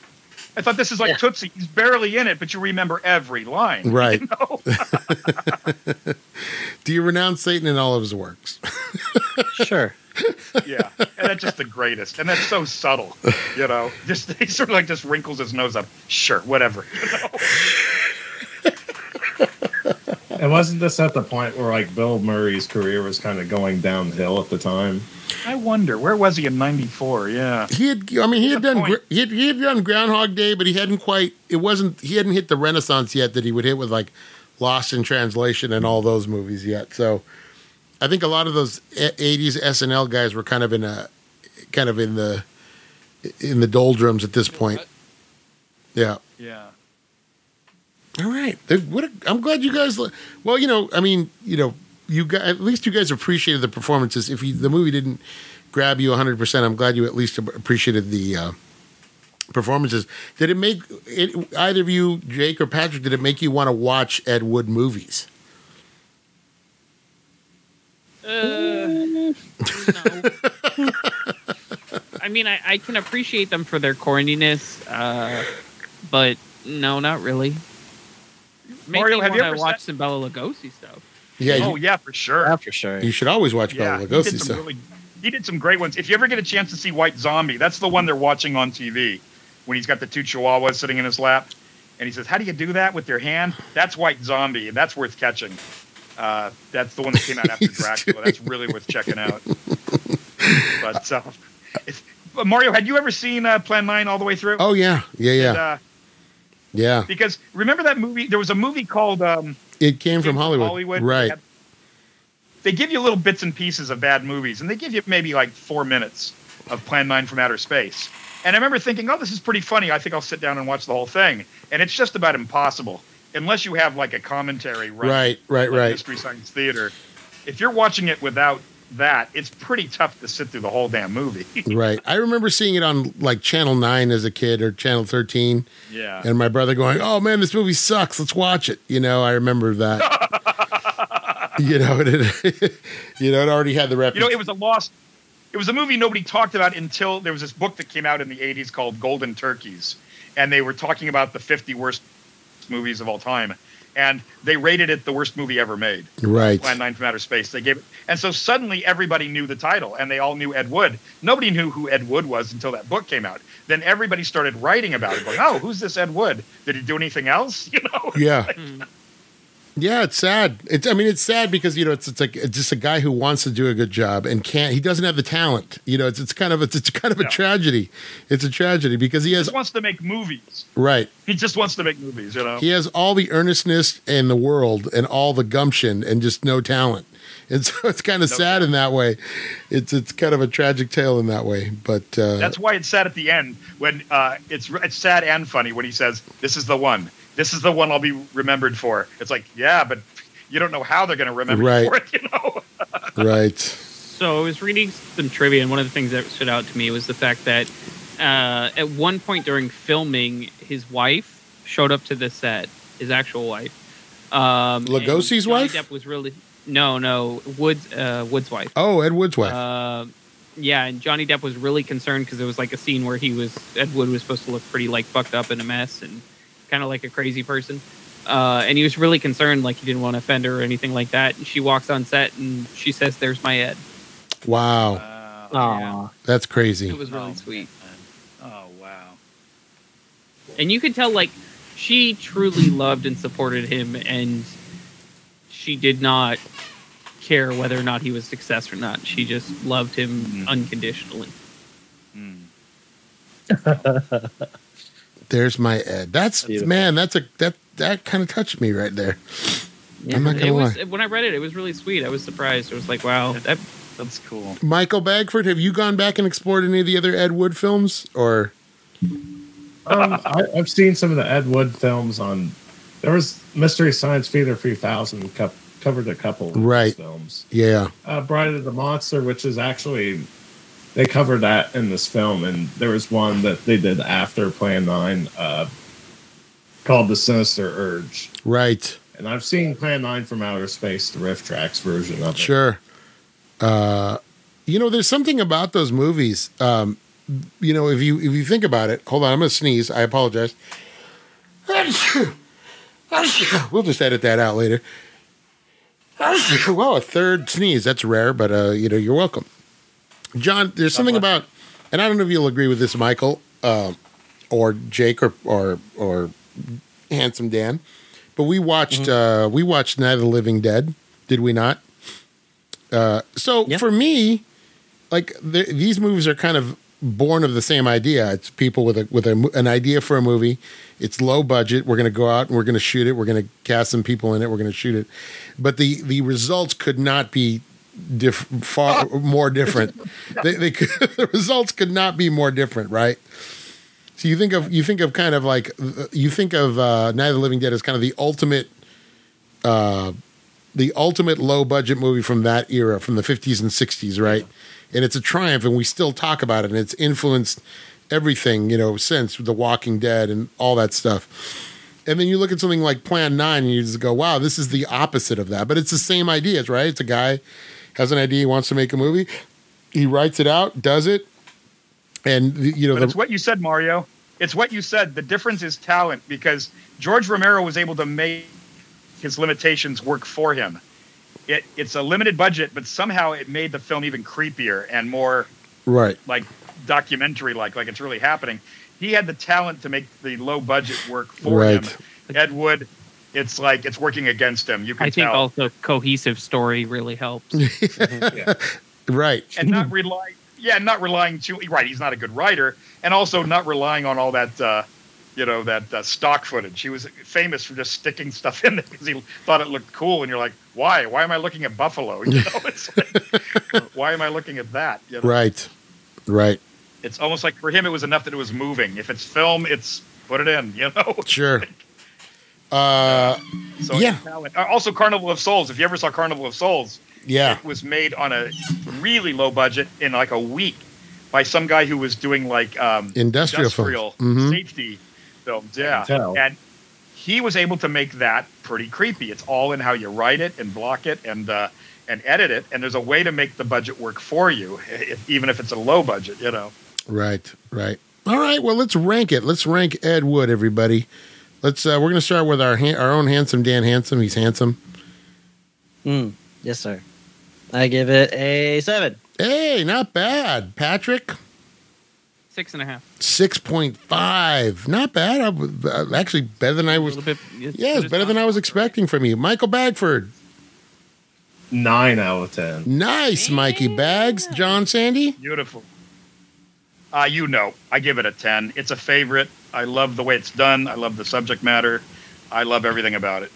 Speaker 3: I thought this is like Tootsie. He's barely in it, but you remember every line. *laughs*
Speaker 1: Right. *laughs* Do you renounce Satan in all of his works?
Speaker 3: *laughs*
Speaker 4: Sure.
Speaker 3: Yeah, and that's just the greatest. And that's so subtle, you know. *laughs* Just he sort of like just wrinkles his nose up. Sure, whatever.
Speaker 6: And wasn't this at the point where like Bill Murray's career was kind of going downhill at the time?
Speaker 3: I wonder where was he in '94? Yeah,
Speaker 1: He had I mean he had
Speaker 3: Good
Speaker 1: done
Speaker 3: point.
Speaker 1: gr- he had, he had done Groundhog Day, but he hadn't quite it wasn't he hadn't hit the renaissance yet that he would hit with like Lost in Translation and all those movies yet. So I think a lot of those e- '80s SNL guys were kind of in a kind of in the in the doldrums at this point. Yeah.
Speaker 3: yeah.
Speaker 1: All right. They- What a, I'm glad you guys. li- Well, you know, I mean, you know, you guys, at least you guys appreciated the performances. If you, the movie didn't grab you 100, percent I'm glad you at least ap- appreciated the uh, performances. Did it make it, either of you, Jake or Patrick, did it make you want to watch Ed Wood movies?
Speaker 5: Uh, no. I mean, I, I can appreciate them for their corniness, uh, but no, not really. Make
Speaker 3: Mario,
Speaker 5: me
Speaker 3: have you
Speaker 5: wanna
Speaker 3: ever
Speaker 5: watch some Bela Lugosi stuff.
Speaker 1: Yeah.
Speaker 3: oh
Speaker 1: you,
Speaker 3: yeah, for sure.
Speaker 4: Yeah, for sure.
Speaker 1: you should always watch
Speaker 3: Oh, yeah,
Speaker 1: Bela
Speaker 3: he
Speaker 1: Lugosi
Speaker 3: did some
Speaker 1: stuff.
Speaker 3: really. He did some great ones. If you ever get a chance to see White Zombie, that's the one they're watching on TV when he's got the two chihuahuas sitting in his lap, and he says, "How do you do that with your hand?" That's White Zombie, and that's worth catching. Uh, that's the one that came out
Speaker 1: *laughs*
Speaker 3: after
Speaker 1: He's
Speaker 3: Dracula. That's really worth
Speaker 1: *laughs*
Speaker 3: checking out. But uh, if, but Mario, had you ever seen uh, Plan Nine all the way through?
Speaker 1: oh yeah, yeah,
Speaker 3: And,
Speaker 1: yeah,
Speaker 3: uh,
Speaker 1: yeah.
Speaker 3: because remember that movie? There was a movie called. Um,
Speaker 1: It came from Hollywood, right?
Speaker 3: They give you little bits and pieces of bad movies, and they give you maybe like four minutes of Plan 9 from Outer Space. And I remember thinking, oh, this is pretty funny. I think I'll sit down and watch the whole thing. And it's just about impossible, unless you have like a commentary, right?
Speaker 1: Right, right,
Speaker 3: like
Speaker 1: right.
Speaker 3: Mystery Science Theater. If you're watching it without that, it's pretty tough to sit through the whole damn movie.
Speaker 1: Right. I remember seeing it on like Channel 9 as a kid or Channel 13.
Speaker 3: yeah.
Speaker 1: and my brother going, "Oh man, this movie sucks. Let's watch it." You know, I remember that.
Speaker 3: *laughs*
Speaker 1: you know, it, *laughs* you know, it already had the rep.
Speaker 3: You know, it was a lost. It was a movie nobody talked about until there was this book that came out in the '80s called Golden Turkeys, and they were talking about the 50 worst movies of all time, and they rated it the worst movie ever made.
Speaker 1: right.
Speaker 3: Plan 9 from Outer Space. They gave it, and so suddenly everybody knew the title, and they all knew Ed Wood. Nobody knew who Ed Wood was until that book came out. Then everybody started writing about it, going, "Oh, who's this Ed Wood? Did he do anything else?" *laughs* You know.
Speaker 1: Yeah.
Speaker 5: Hmm.
Speaker 1: Yeah, it's sad. It's I mean, it's sad because you know it's it's like it's just a guy who wants to do a good job and can't. He doesn't have the talent. You know, it's it's kind of it's, it's kind of a
Speaker 3: No.
Speaker 1: tragedy. It's a tragedy because he
Speaker 3: He
Speaker 1: has
Speaker 3: just wants to make movies.
Speaker 1: right.
Speaker 3: He just wants to make movies. You know.
Speaker 1: He has all the earnestness in the world and all the gumption and just no talent. And *laughs* so it's kind of
Speaker 3: No
Speaker 1: sad in that way. It's it's kind of a tragic tale in that way. But uh,
Speaker 3: That's why it's sad at the end when uh, it's it's sad and funny when he says, "This is the one. This is the one I'll be remembered for." It's like, yeah, but you don't know how they're going to remember
Speaker 1: Right.
Speaker 3: you for it. *laughs* You know,
Speaker 1: right.
Speaker 5: So I was reading some trivia, and one of the things that stood out to me was the fact that uh, at one point during filming, his wife showed up to the set, his actual wife. Um, and
Speaker 1: Lugosi's
Speaker 5: Johnny
Speaker 1: wife?
Speaker 5: Depp was really no, no Woods, uh, Woods' wife.
Speaker 1: Oh, Ed Wood's wife.
Speaker 5: Uh, yeah, and Johnny Depp was really concerned because there was like a scene where he was Ed Wood was supposed to look pretty like fucked up and a mess and kind of like a crazy person, uh, and he was really concerned like he didn't want to offend her or anything like that. And she walks on set and she says, "There's my Ed."
Speaker 1: wow.
Speaker 4: Aw.
Speaker 1: That's
Speaker 5: uh, Oh, It
Speaker 1: crazy.
Speaker 5: was really sweet.
Speaker 3: Oh wow.
Speaker 5: and you could tell like she truly loved and supported him and she did not care whether or not he was success or not she just loved him
Speaker 3: Mhm.
Speaker 5: unconditionally
Speaker 3: Mm.
Speaker 1: There's my Ed. That's
Speaker 4: Beautiful.
Speaker 1: man. That's a that that kind of touched me right there. I'm not
Speaker 5: it
Speaker 1: gonna
Speaker 5: was
Speaker 1: lie.
Speaker 5: when i read it it was really sweet i was surprised i was like wow that
Speaker 3: That's cool.
Speaker 1: Michael Bagford, have you gone back and explored any of the other Ed Wood films? Or *laughs*
Speaker 6: Um, I, I've seen some of the Ed Wood films on. There was Mystery Science Theater 3000 co- covered a couple of his
Speaker 1: Right.
Speaker 6: films.
Speaker 1: yeah,
Speaker 6: Uh, Bride of the Monster, which is actually they covered that in this film, and there was one that they did after Plan Nine uh, called The Sinister Urge.
Speaker 1: right,
Speaker 6: And I've seen Plan Nine from Outer Space, the Rift Tracks version of it. *laughs*
Speaker 1: sure. Uh, you know, there's something about those movies. Um, you know, if you if you think about it, hold on, I'm gonna sneeze. I apologize. *coughs* We'll just edit that out later. *coughs* Well, a third sneeze. That's rare, but uh, you know, you're welcome. John, there's something about, and I don't know if you'll agree with this, Michael, uh, or Jake, or or or handsome Dan, but we watched
Speaker 6: Mm-hmm.
Speaker 1: uh, we watched Night of the Living Dead, did we not? Uh, so
Speaker 4: Yeah.
Speaker 1: for me, like th- these movies are kind of born of the same idea. It's people with a with a, mo- an idea for a movie. It's low budget. We're going to go out and we're going to shoot it. We're going to cast some people in it. We're going to shoot it. But the the results could not be diff- far more different. they, they could, *laughs* the results could not be more different, right? So you think of you think of kind of like uh, you think of uh, Night of the Living Dead as kind of the ultimate, uh, the ultimate low budget movie from that era, from the fifties and sixties, right? And it's a triumph, and we still talk about it, and it's influenced everything, you know, since The Walking Dead and all that stuff. And then you look at something like Plan Nine, and you just go, "Wow, this is the opposite of that." But it's the same ideas, right? It's a guy has an idea, he wants to make a movie, he writes it out, does it, and you know,
Speaker 3: But
Speaker 1: the,
Speaker 3: it's what you said, Mario. It's what you said. The difference is talent because George Romero was able to make his limitations work for him. It, it's a limited budget, but somehow it made the film even creepier and more
Speaker 1: right?
Speaker 3: like documentary like like it's really happening he had the talent to make the low budget work for
Speaker 1: Right.
Speaker 3: him ed wood it's like it's working against him you can
Speaker 5: i think
Speaker 3: tell
Speaker 5: also cohesive story really helps
Speaker 1: Right.
Speaker 3: and not relying yeah not relying too right he's not a good writer and also not relying on all that uh you know that uh, stock footage he was famous for just sticking stuff in there because he thought it looked cool and you're like why why am i looking at buffalo *laughs* you know it's like why am i looking at that you know?
Speaker 1: Right. Right.
Speaker 3: it's almost like for him it was enough that it was moving if it's film it's put it in you know
Speaker 1: Sure. Uh
Speaker 3: So
Speaker 1: Yeah.
Speaker 3: talent. Uh, Also, Carnival of Souls. If you ever saw Carnival of Souls,
Speaker 1: yeah.
Speaker 3: it was made on a really low budget in like a week by some guy who was doing like um,
Speaker 1: Industrial
Speaker 3: industrial
Speaker 1: films. Mhm.
Speaker 3: safety films. Yeah,
Speaker 6: tell.
Speaker 3: and he was able to make that pretty creepy. It's all in how you write it and block it and uh, and edit it. And there's a way to make the budget work for you, if, even if it's a low budget. You know.
Speaker 1: Right. Right. All right. Well, let's rank it. Let's rank Ed Wood, everybody. Let's. Uh, we're gonna start with our han- our own handsome Dan Handsome. He's handsome.
Speaker 4: Mm, yes, sir. I give it a seven.
Speaker 1: Hey, not bad. Patrick,
Speaker 5: six and a half
Speaker 1: six point five. Not bad. I, was- uh, actually, better than I
Speaker 5: a
Speaker 1: was.
Speaker 5: little bit
Speaker 1: Yeah, it's better than I was expecting from you. Michael Bagford.
Speaker 6: Nine out of ten.
Speaker 1: Nice, Mikey Bags. John Sandy.
Speaker 3: Beautiful. Uh, you know, I give it a 10. It's a favorite. I love the way it's done. I love the subject matter. I love everything about it.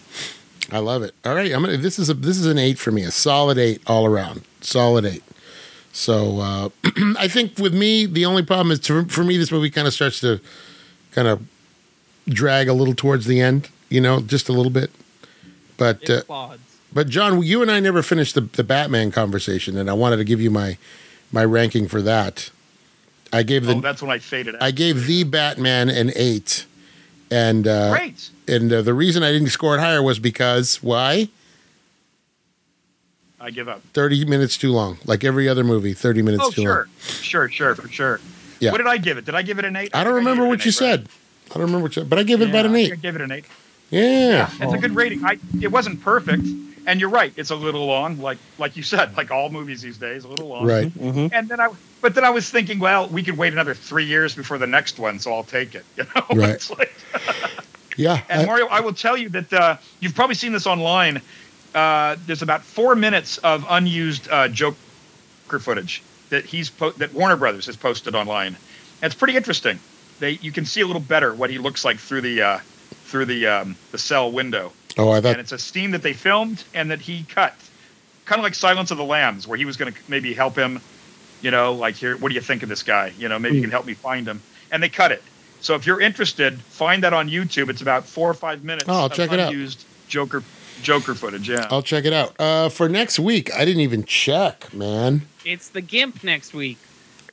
Speaker 1: I love it. All right, I'm gonna. This is a this is an eight for me, a solid eight all around, solid eight. So uh, *clears throat* I think with me, the only problem is to, for me, this movie kind of starts to kind of drag a little towards the end, you know, just a little bit. But uh, but John, you and I never finished the, the Batman conversation, and I wanted to give you my my ranking for that. I gave
Speaker 3: Oh,
Speaker 1: the
Speaker 3: that's when I faded out.
Speaker 1: I gave the Batman an eight, and uh,
Speaker 3: Great.
Speaker 1: and uh, the reason I didn't score it higher was because why?
Speaker 3: I give up.
Speaker 1: 30 minutes too long, like every other movie, 30 minutes
Speaker 3: oh,
Speaker 1: too long.
Speaker 3: sure. Sure, sure, for sure.
Speaker 1: Yeah.
Speaker 3: What did I give it? Did I give it an 8?
Speaker 1: I don't remember what you said. I don't remember what you but I gave it about an
Speaker 3: I
Speaker 1: eight. Oh.
Speaker 3: gave it an 8.
Speaker 1: Yeah.
Speaker 3: That's a good rating. I, it wasn't perfect, And you're right; it's a little long, like like you said, like all movies these days, a little long.
Speaker 1: Right.
Speaker 4: hmm
Speaker 3: And then I, but then I was thinking, well, we could wait another three years before the next one, so I'll take it. You know, *laughs*
Speaker 1: Right.
Speaker 3: It's like-
Speaker 1: Yeah.
Speaker 3: Mm-hmm. and
Speaker 1: I-
Speaker 3: Mario, I will tell you that uh, you've probably seen this online. Uh, there's about four minutes of unused uh, Joker footage that he's po- that Warner Brothers has posted online. And it's pretty interesting. They you can see a little better what he looks like through the uh, through the um, the cell window.
Speaker 1: oh, I
Speaker 3: and
Speaker 1: thought.
Speaker 3: it's a scene that they filmed and that he cut, kind of like Silence of the Lambs, where he was going to maybe help him. You know, like here, what do you think of this guy? You know, maybe you can
Speaker 1: Hmm.
Speaker 3: help me find him. And they cut it. So if you're interested, find that on YouTube. It's about four or five minutes.
Speaker 1: Oh, I'll
Speaker 3: of
Speaker 1: check it out.
Speaker 3: unused Joker, Joker footage. Yeah.
Speaker 1: I'll check it out. Uh, for next week, I didn't even check, man.
Speaker 5: It's the Gimp next week.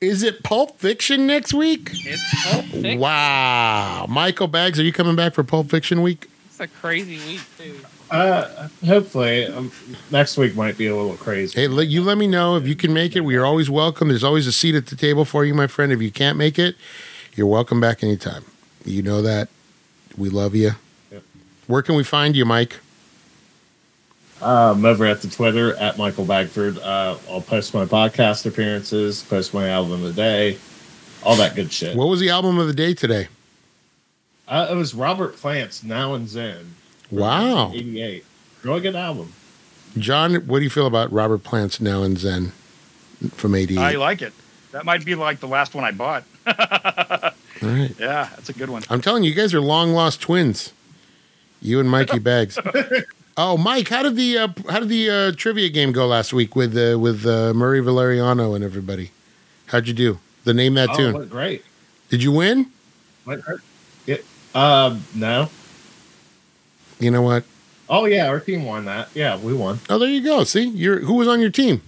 Speaker 1: Is it Pulp Fiction next week?
Speaker 5: It's Pulp Fiction.
Speaker 1: Wow. Michael Bags, are you coming back for Pulp Fiction week?
Speaker 5: It's a crazy week too.
Speaker 6: Uh, hopefully, um, next week might be a little crazy.
Speaker 1: Hey, let, you let me know if you can make it. We are always welcome. There's always a seat at the table for you, my friend. If you can't make it, you're welcome back anytime. You know that. We love you.
Speaker 6: Yep.
Speaker 1: Where can we find you, Mike?
Speaker 6: Um, over at the Twitter at Michael Bagford. Uh, I'll post my podcast appearances, post my album of the day, all that good shit.
Speaker 1: What was the album of the day today?
Speaker 6: Uh, it was Robert Plant's Now and Zen,
Speaker 1: Wow.
Speaker 6: 88. Really good album.
Speaker 1: John, what do you feel about Robert Plant's Now and Zen from 88?
Speaker 3: I like it. That might be like the last one I bought.
Speaker 1: All right.
Speaker 3: Yeah, that's a
Speaker 1: *laughs*
Speaker 3: good one.
Speaker 1: I'm telling you, you guys are long lost twins. You and
Speaker 6: *laughs*
Speaker 1: Mikey Bags. Oh, Mike, how did the uh, how did the uh, trivia game go last week with uh, with uh, Murray Valeriano and everybody? How'd you do? The name that
Speaker 6: oh,
Speaker 1: tune.
Speaker 6: What, great.
Speaker 1: Did you win?
Speaker 6: What, yeah, um, no.
Speaker 1: You know what?
Speaker 6: Oh, yeah, our team won that. Yeah, we won.
Speaker 1: Oh, there you go. See, you're who was on your team?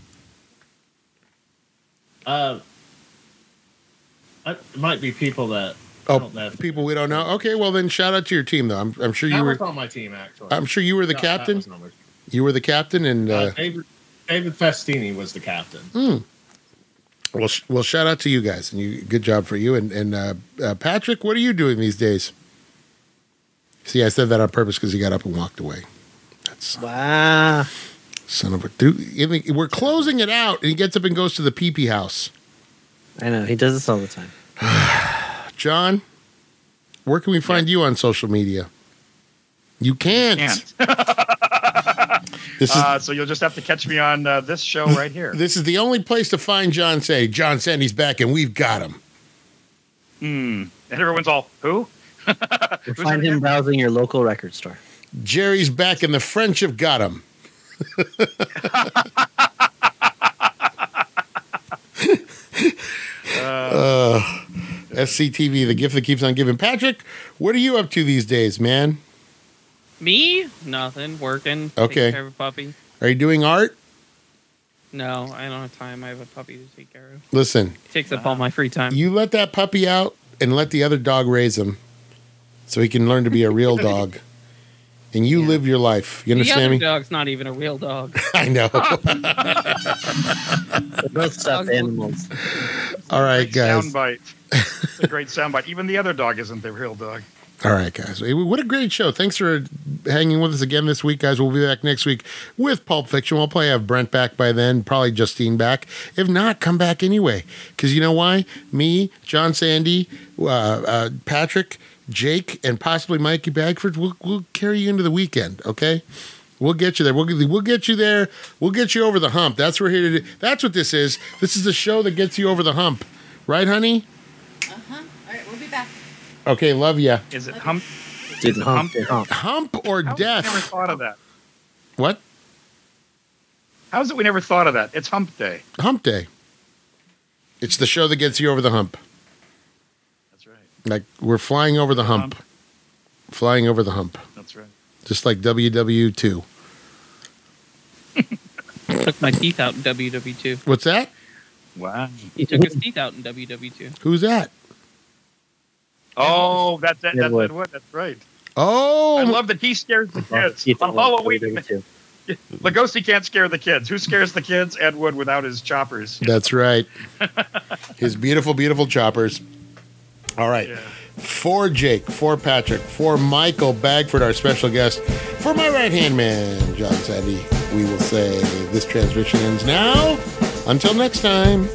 Speaker 6: Uh, I- Uh, it might be people that I
Speaker 1: Oh,
Speaker 6: don't know.
Speaker 1: people we don't know. Okay, well then, shout out to your team though. I'm, I'm sure
Speaker 6: That
Speaker 1: you were.
Speaker 6: was on my team, actually.
Speaker 1: I'm sure you were the
Speaker 6: No, that
Speaker 1: captain.
Speaker 6: wasn't on my team.
Speaker 1: You were the captain, and
Speaker 6: Uh,
Speaker 1: uh,
Speaker 6: David, David Festini was the captain.
Speaker 1: well, sh- well, shout out to you guys, and you good job for you. And and uh, uh, Patrick, what are you doing these days? See, I said that on purpose because he got up and walked away. That's
Speaker 4: Wow.
Speaker 1: son of a dude. I think- We're closing it out, and he gets up and goes to the pee pee house.
Speaker 4: I know he does this all the time.
Speaker 1: John, where can we find you on social media? You can't.
Speaker 3: Can't.
Speaker 1: This is
Speaker 3: Uh, so you'll just have to catch me on uh, this
Speaker 1: *laughs*
Speaker 3: show right here.
Speaker 1: This is the only place to find John Say. John Sandy's back and we've got him.
Speaker 3: Hmm. And everyone's all, who?
Speaker 4: You'll
Speaker 3: Who's
Speaker 4: find
Speaker 3: that
Speaker 4: him browsing your local record
Speaker 3: *laughs*
Speaker 4: store.
Speaker 1: Jerry's back and the French have got him. uh, SCTV, the gift that keeps on giving. Patrick, what are you up to these days, man?
Speaker 5: Me? Nothing. Working.
Speaker 1: Okay.
Speaker 5: Taking care of a puppy.
Speaker 1: Are you doing art?
Speaker 5: No, I don't have time. I have a puppy to take care of.
Speaker 1: Listen,
Speaker 5: Takes up all my free time.
Speaker 1: you let that puppy out and let the other dog raise him so he can learn to be a real dog. And you
Speaker 5: Yeah.
Speaker 1: live your life. You
Speaker 5: the other
Speaker 1: understand me?
Speaker 5: dog's not even a real dog.
Speaker 1: *laughs* I
Speaker 5: *laughs*
Speaker 1: know.
Speaker 4: They're both stuffed
Speaker 3: *laughs*
Speaker 4: animals.
Speaker 1: All right,
Speaker 3: Great
Speaker 1: guys. *laughs*
Speaker 3: Soundbite. It's a great soundbite. Even the other dog isn't the real dog.
Speaker 1: All right, guys. Hey, What a great show. Thanks for hanging with us again this week, guys. We'll be back next week with Pulp Fiction. We'll probably have Brent back by then, probably Justine back. If not, come back anyway. Because you know why? Me, John Sandy, uh, uh, Patrick, Jake, and possibly Mikey Bagford, we'll, we'll carry you into the weekend, okay? We'll get you there. We'll, get- we'll get you there. We'll get you over the hump. That's what we're here to do. That's what this is. This is the show that gets you over the hump. Right, honey?
Speaker 7: Uh huh. All right, we'll be back.
Speaker 1: Okay, love ya.
Speaker 3: Is it hump?
Speaker 4: Didn't hump, didn't hump.
Speaker 1: Hump or
Speaker 3: How
Speaker 1: death?
Speaker 3: Have we never thought of that.
Speaker 1: What?
Speaker 3: How is it we never thought of that? It's hump day.
Speaker 1: Hump Day. It's the show that gets you over the hump.
Speaker 3: That's right.
Speaker 1: Like we're flying over the hump. Flying over the hump.
Speaker 3: That's right.
Speaker 1: Just like WW2.
Speaker 5: Took my teeth out in WW2.
Speaker 1: What's that?
Speaker 3: Wow.
Speaker 5: He took his teeth out in WW2.
Speaker 1: Who's that?
Speaker 3: Oh, that's that,
Speaker 4: Yeah,
Speaker 3: that's
Speaker 4: wood.
Speaker 3: that wood. That's right.
Speaker 1: Oh,
Speaker 3: I love that he scares the kids.
Speaker 4: Ethan
Speaker 3: On
Speaker 4: Hawke,
Speaker 3: Halloween,
Speaker 4: WW2.
Speaker 3: Lugosi can't scare the kids. Who scares the kids? Ed Wood without his choppers.
Speaker 1: that's
Speaker 3: *laughs*
Speaker 1: right. His beautiful, beautiful choppers. All right.
Speaker 3: Yeah.
Speaker 1: For Jake, for Patrick, for Michael Bagford, our special guest, for my right hand man, John Sandy. we will say this transmission ends now. Until next time.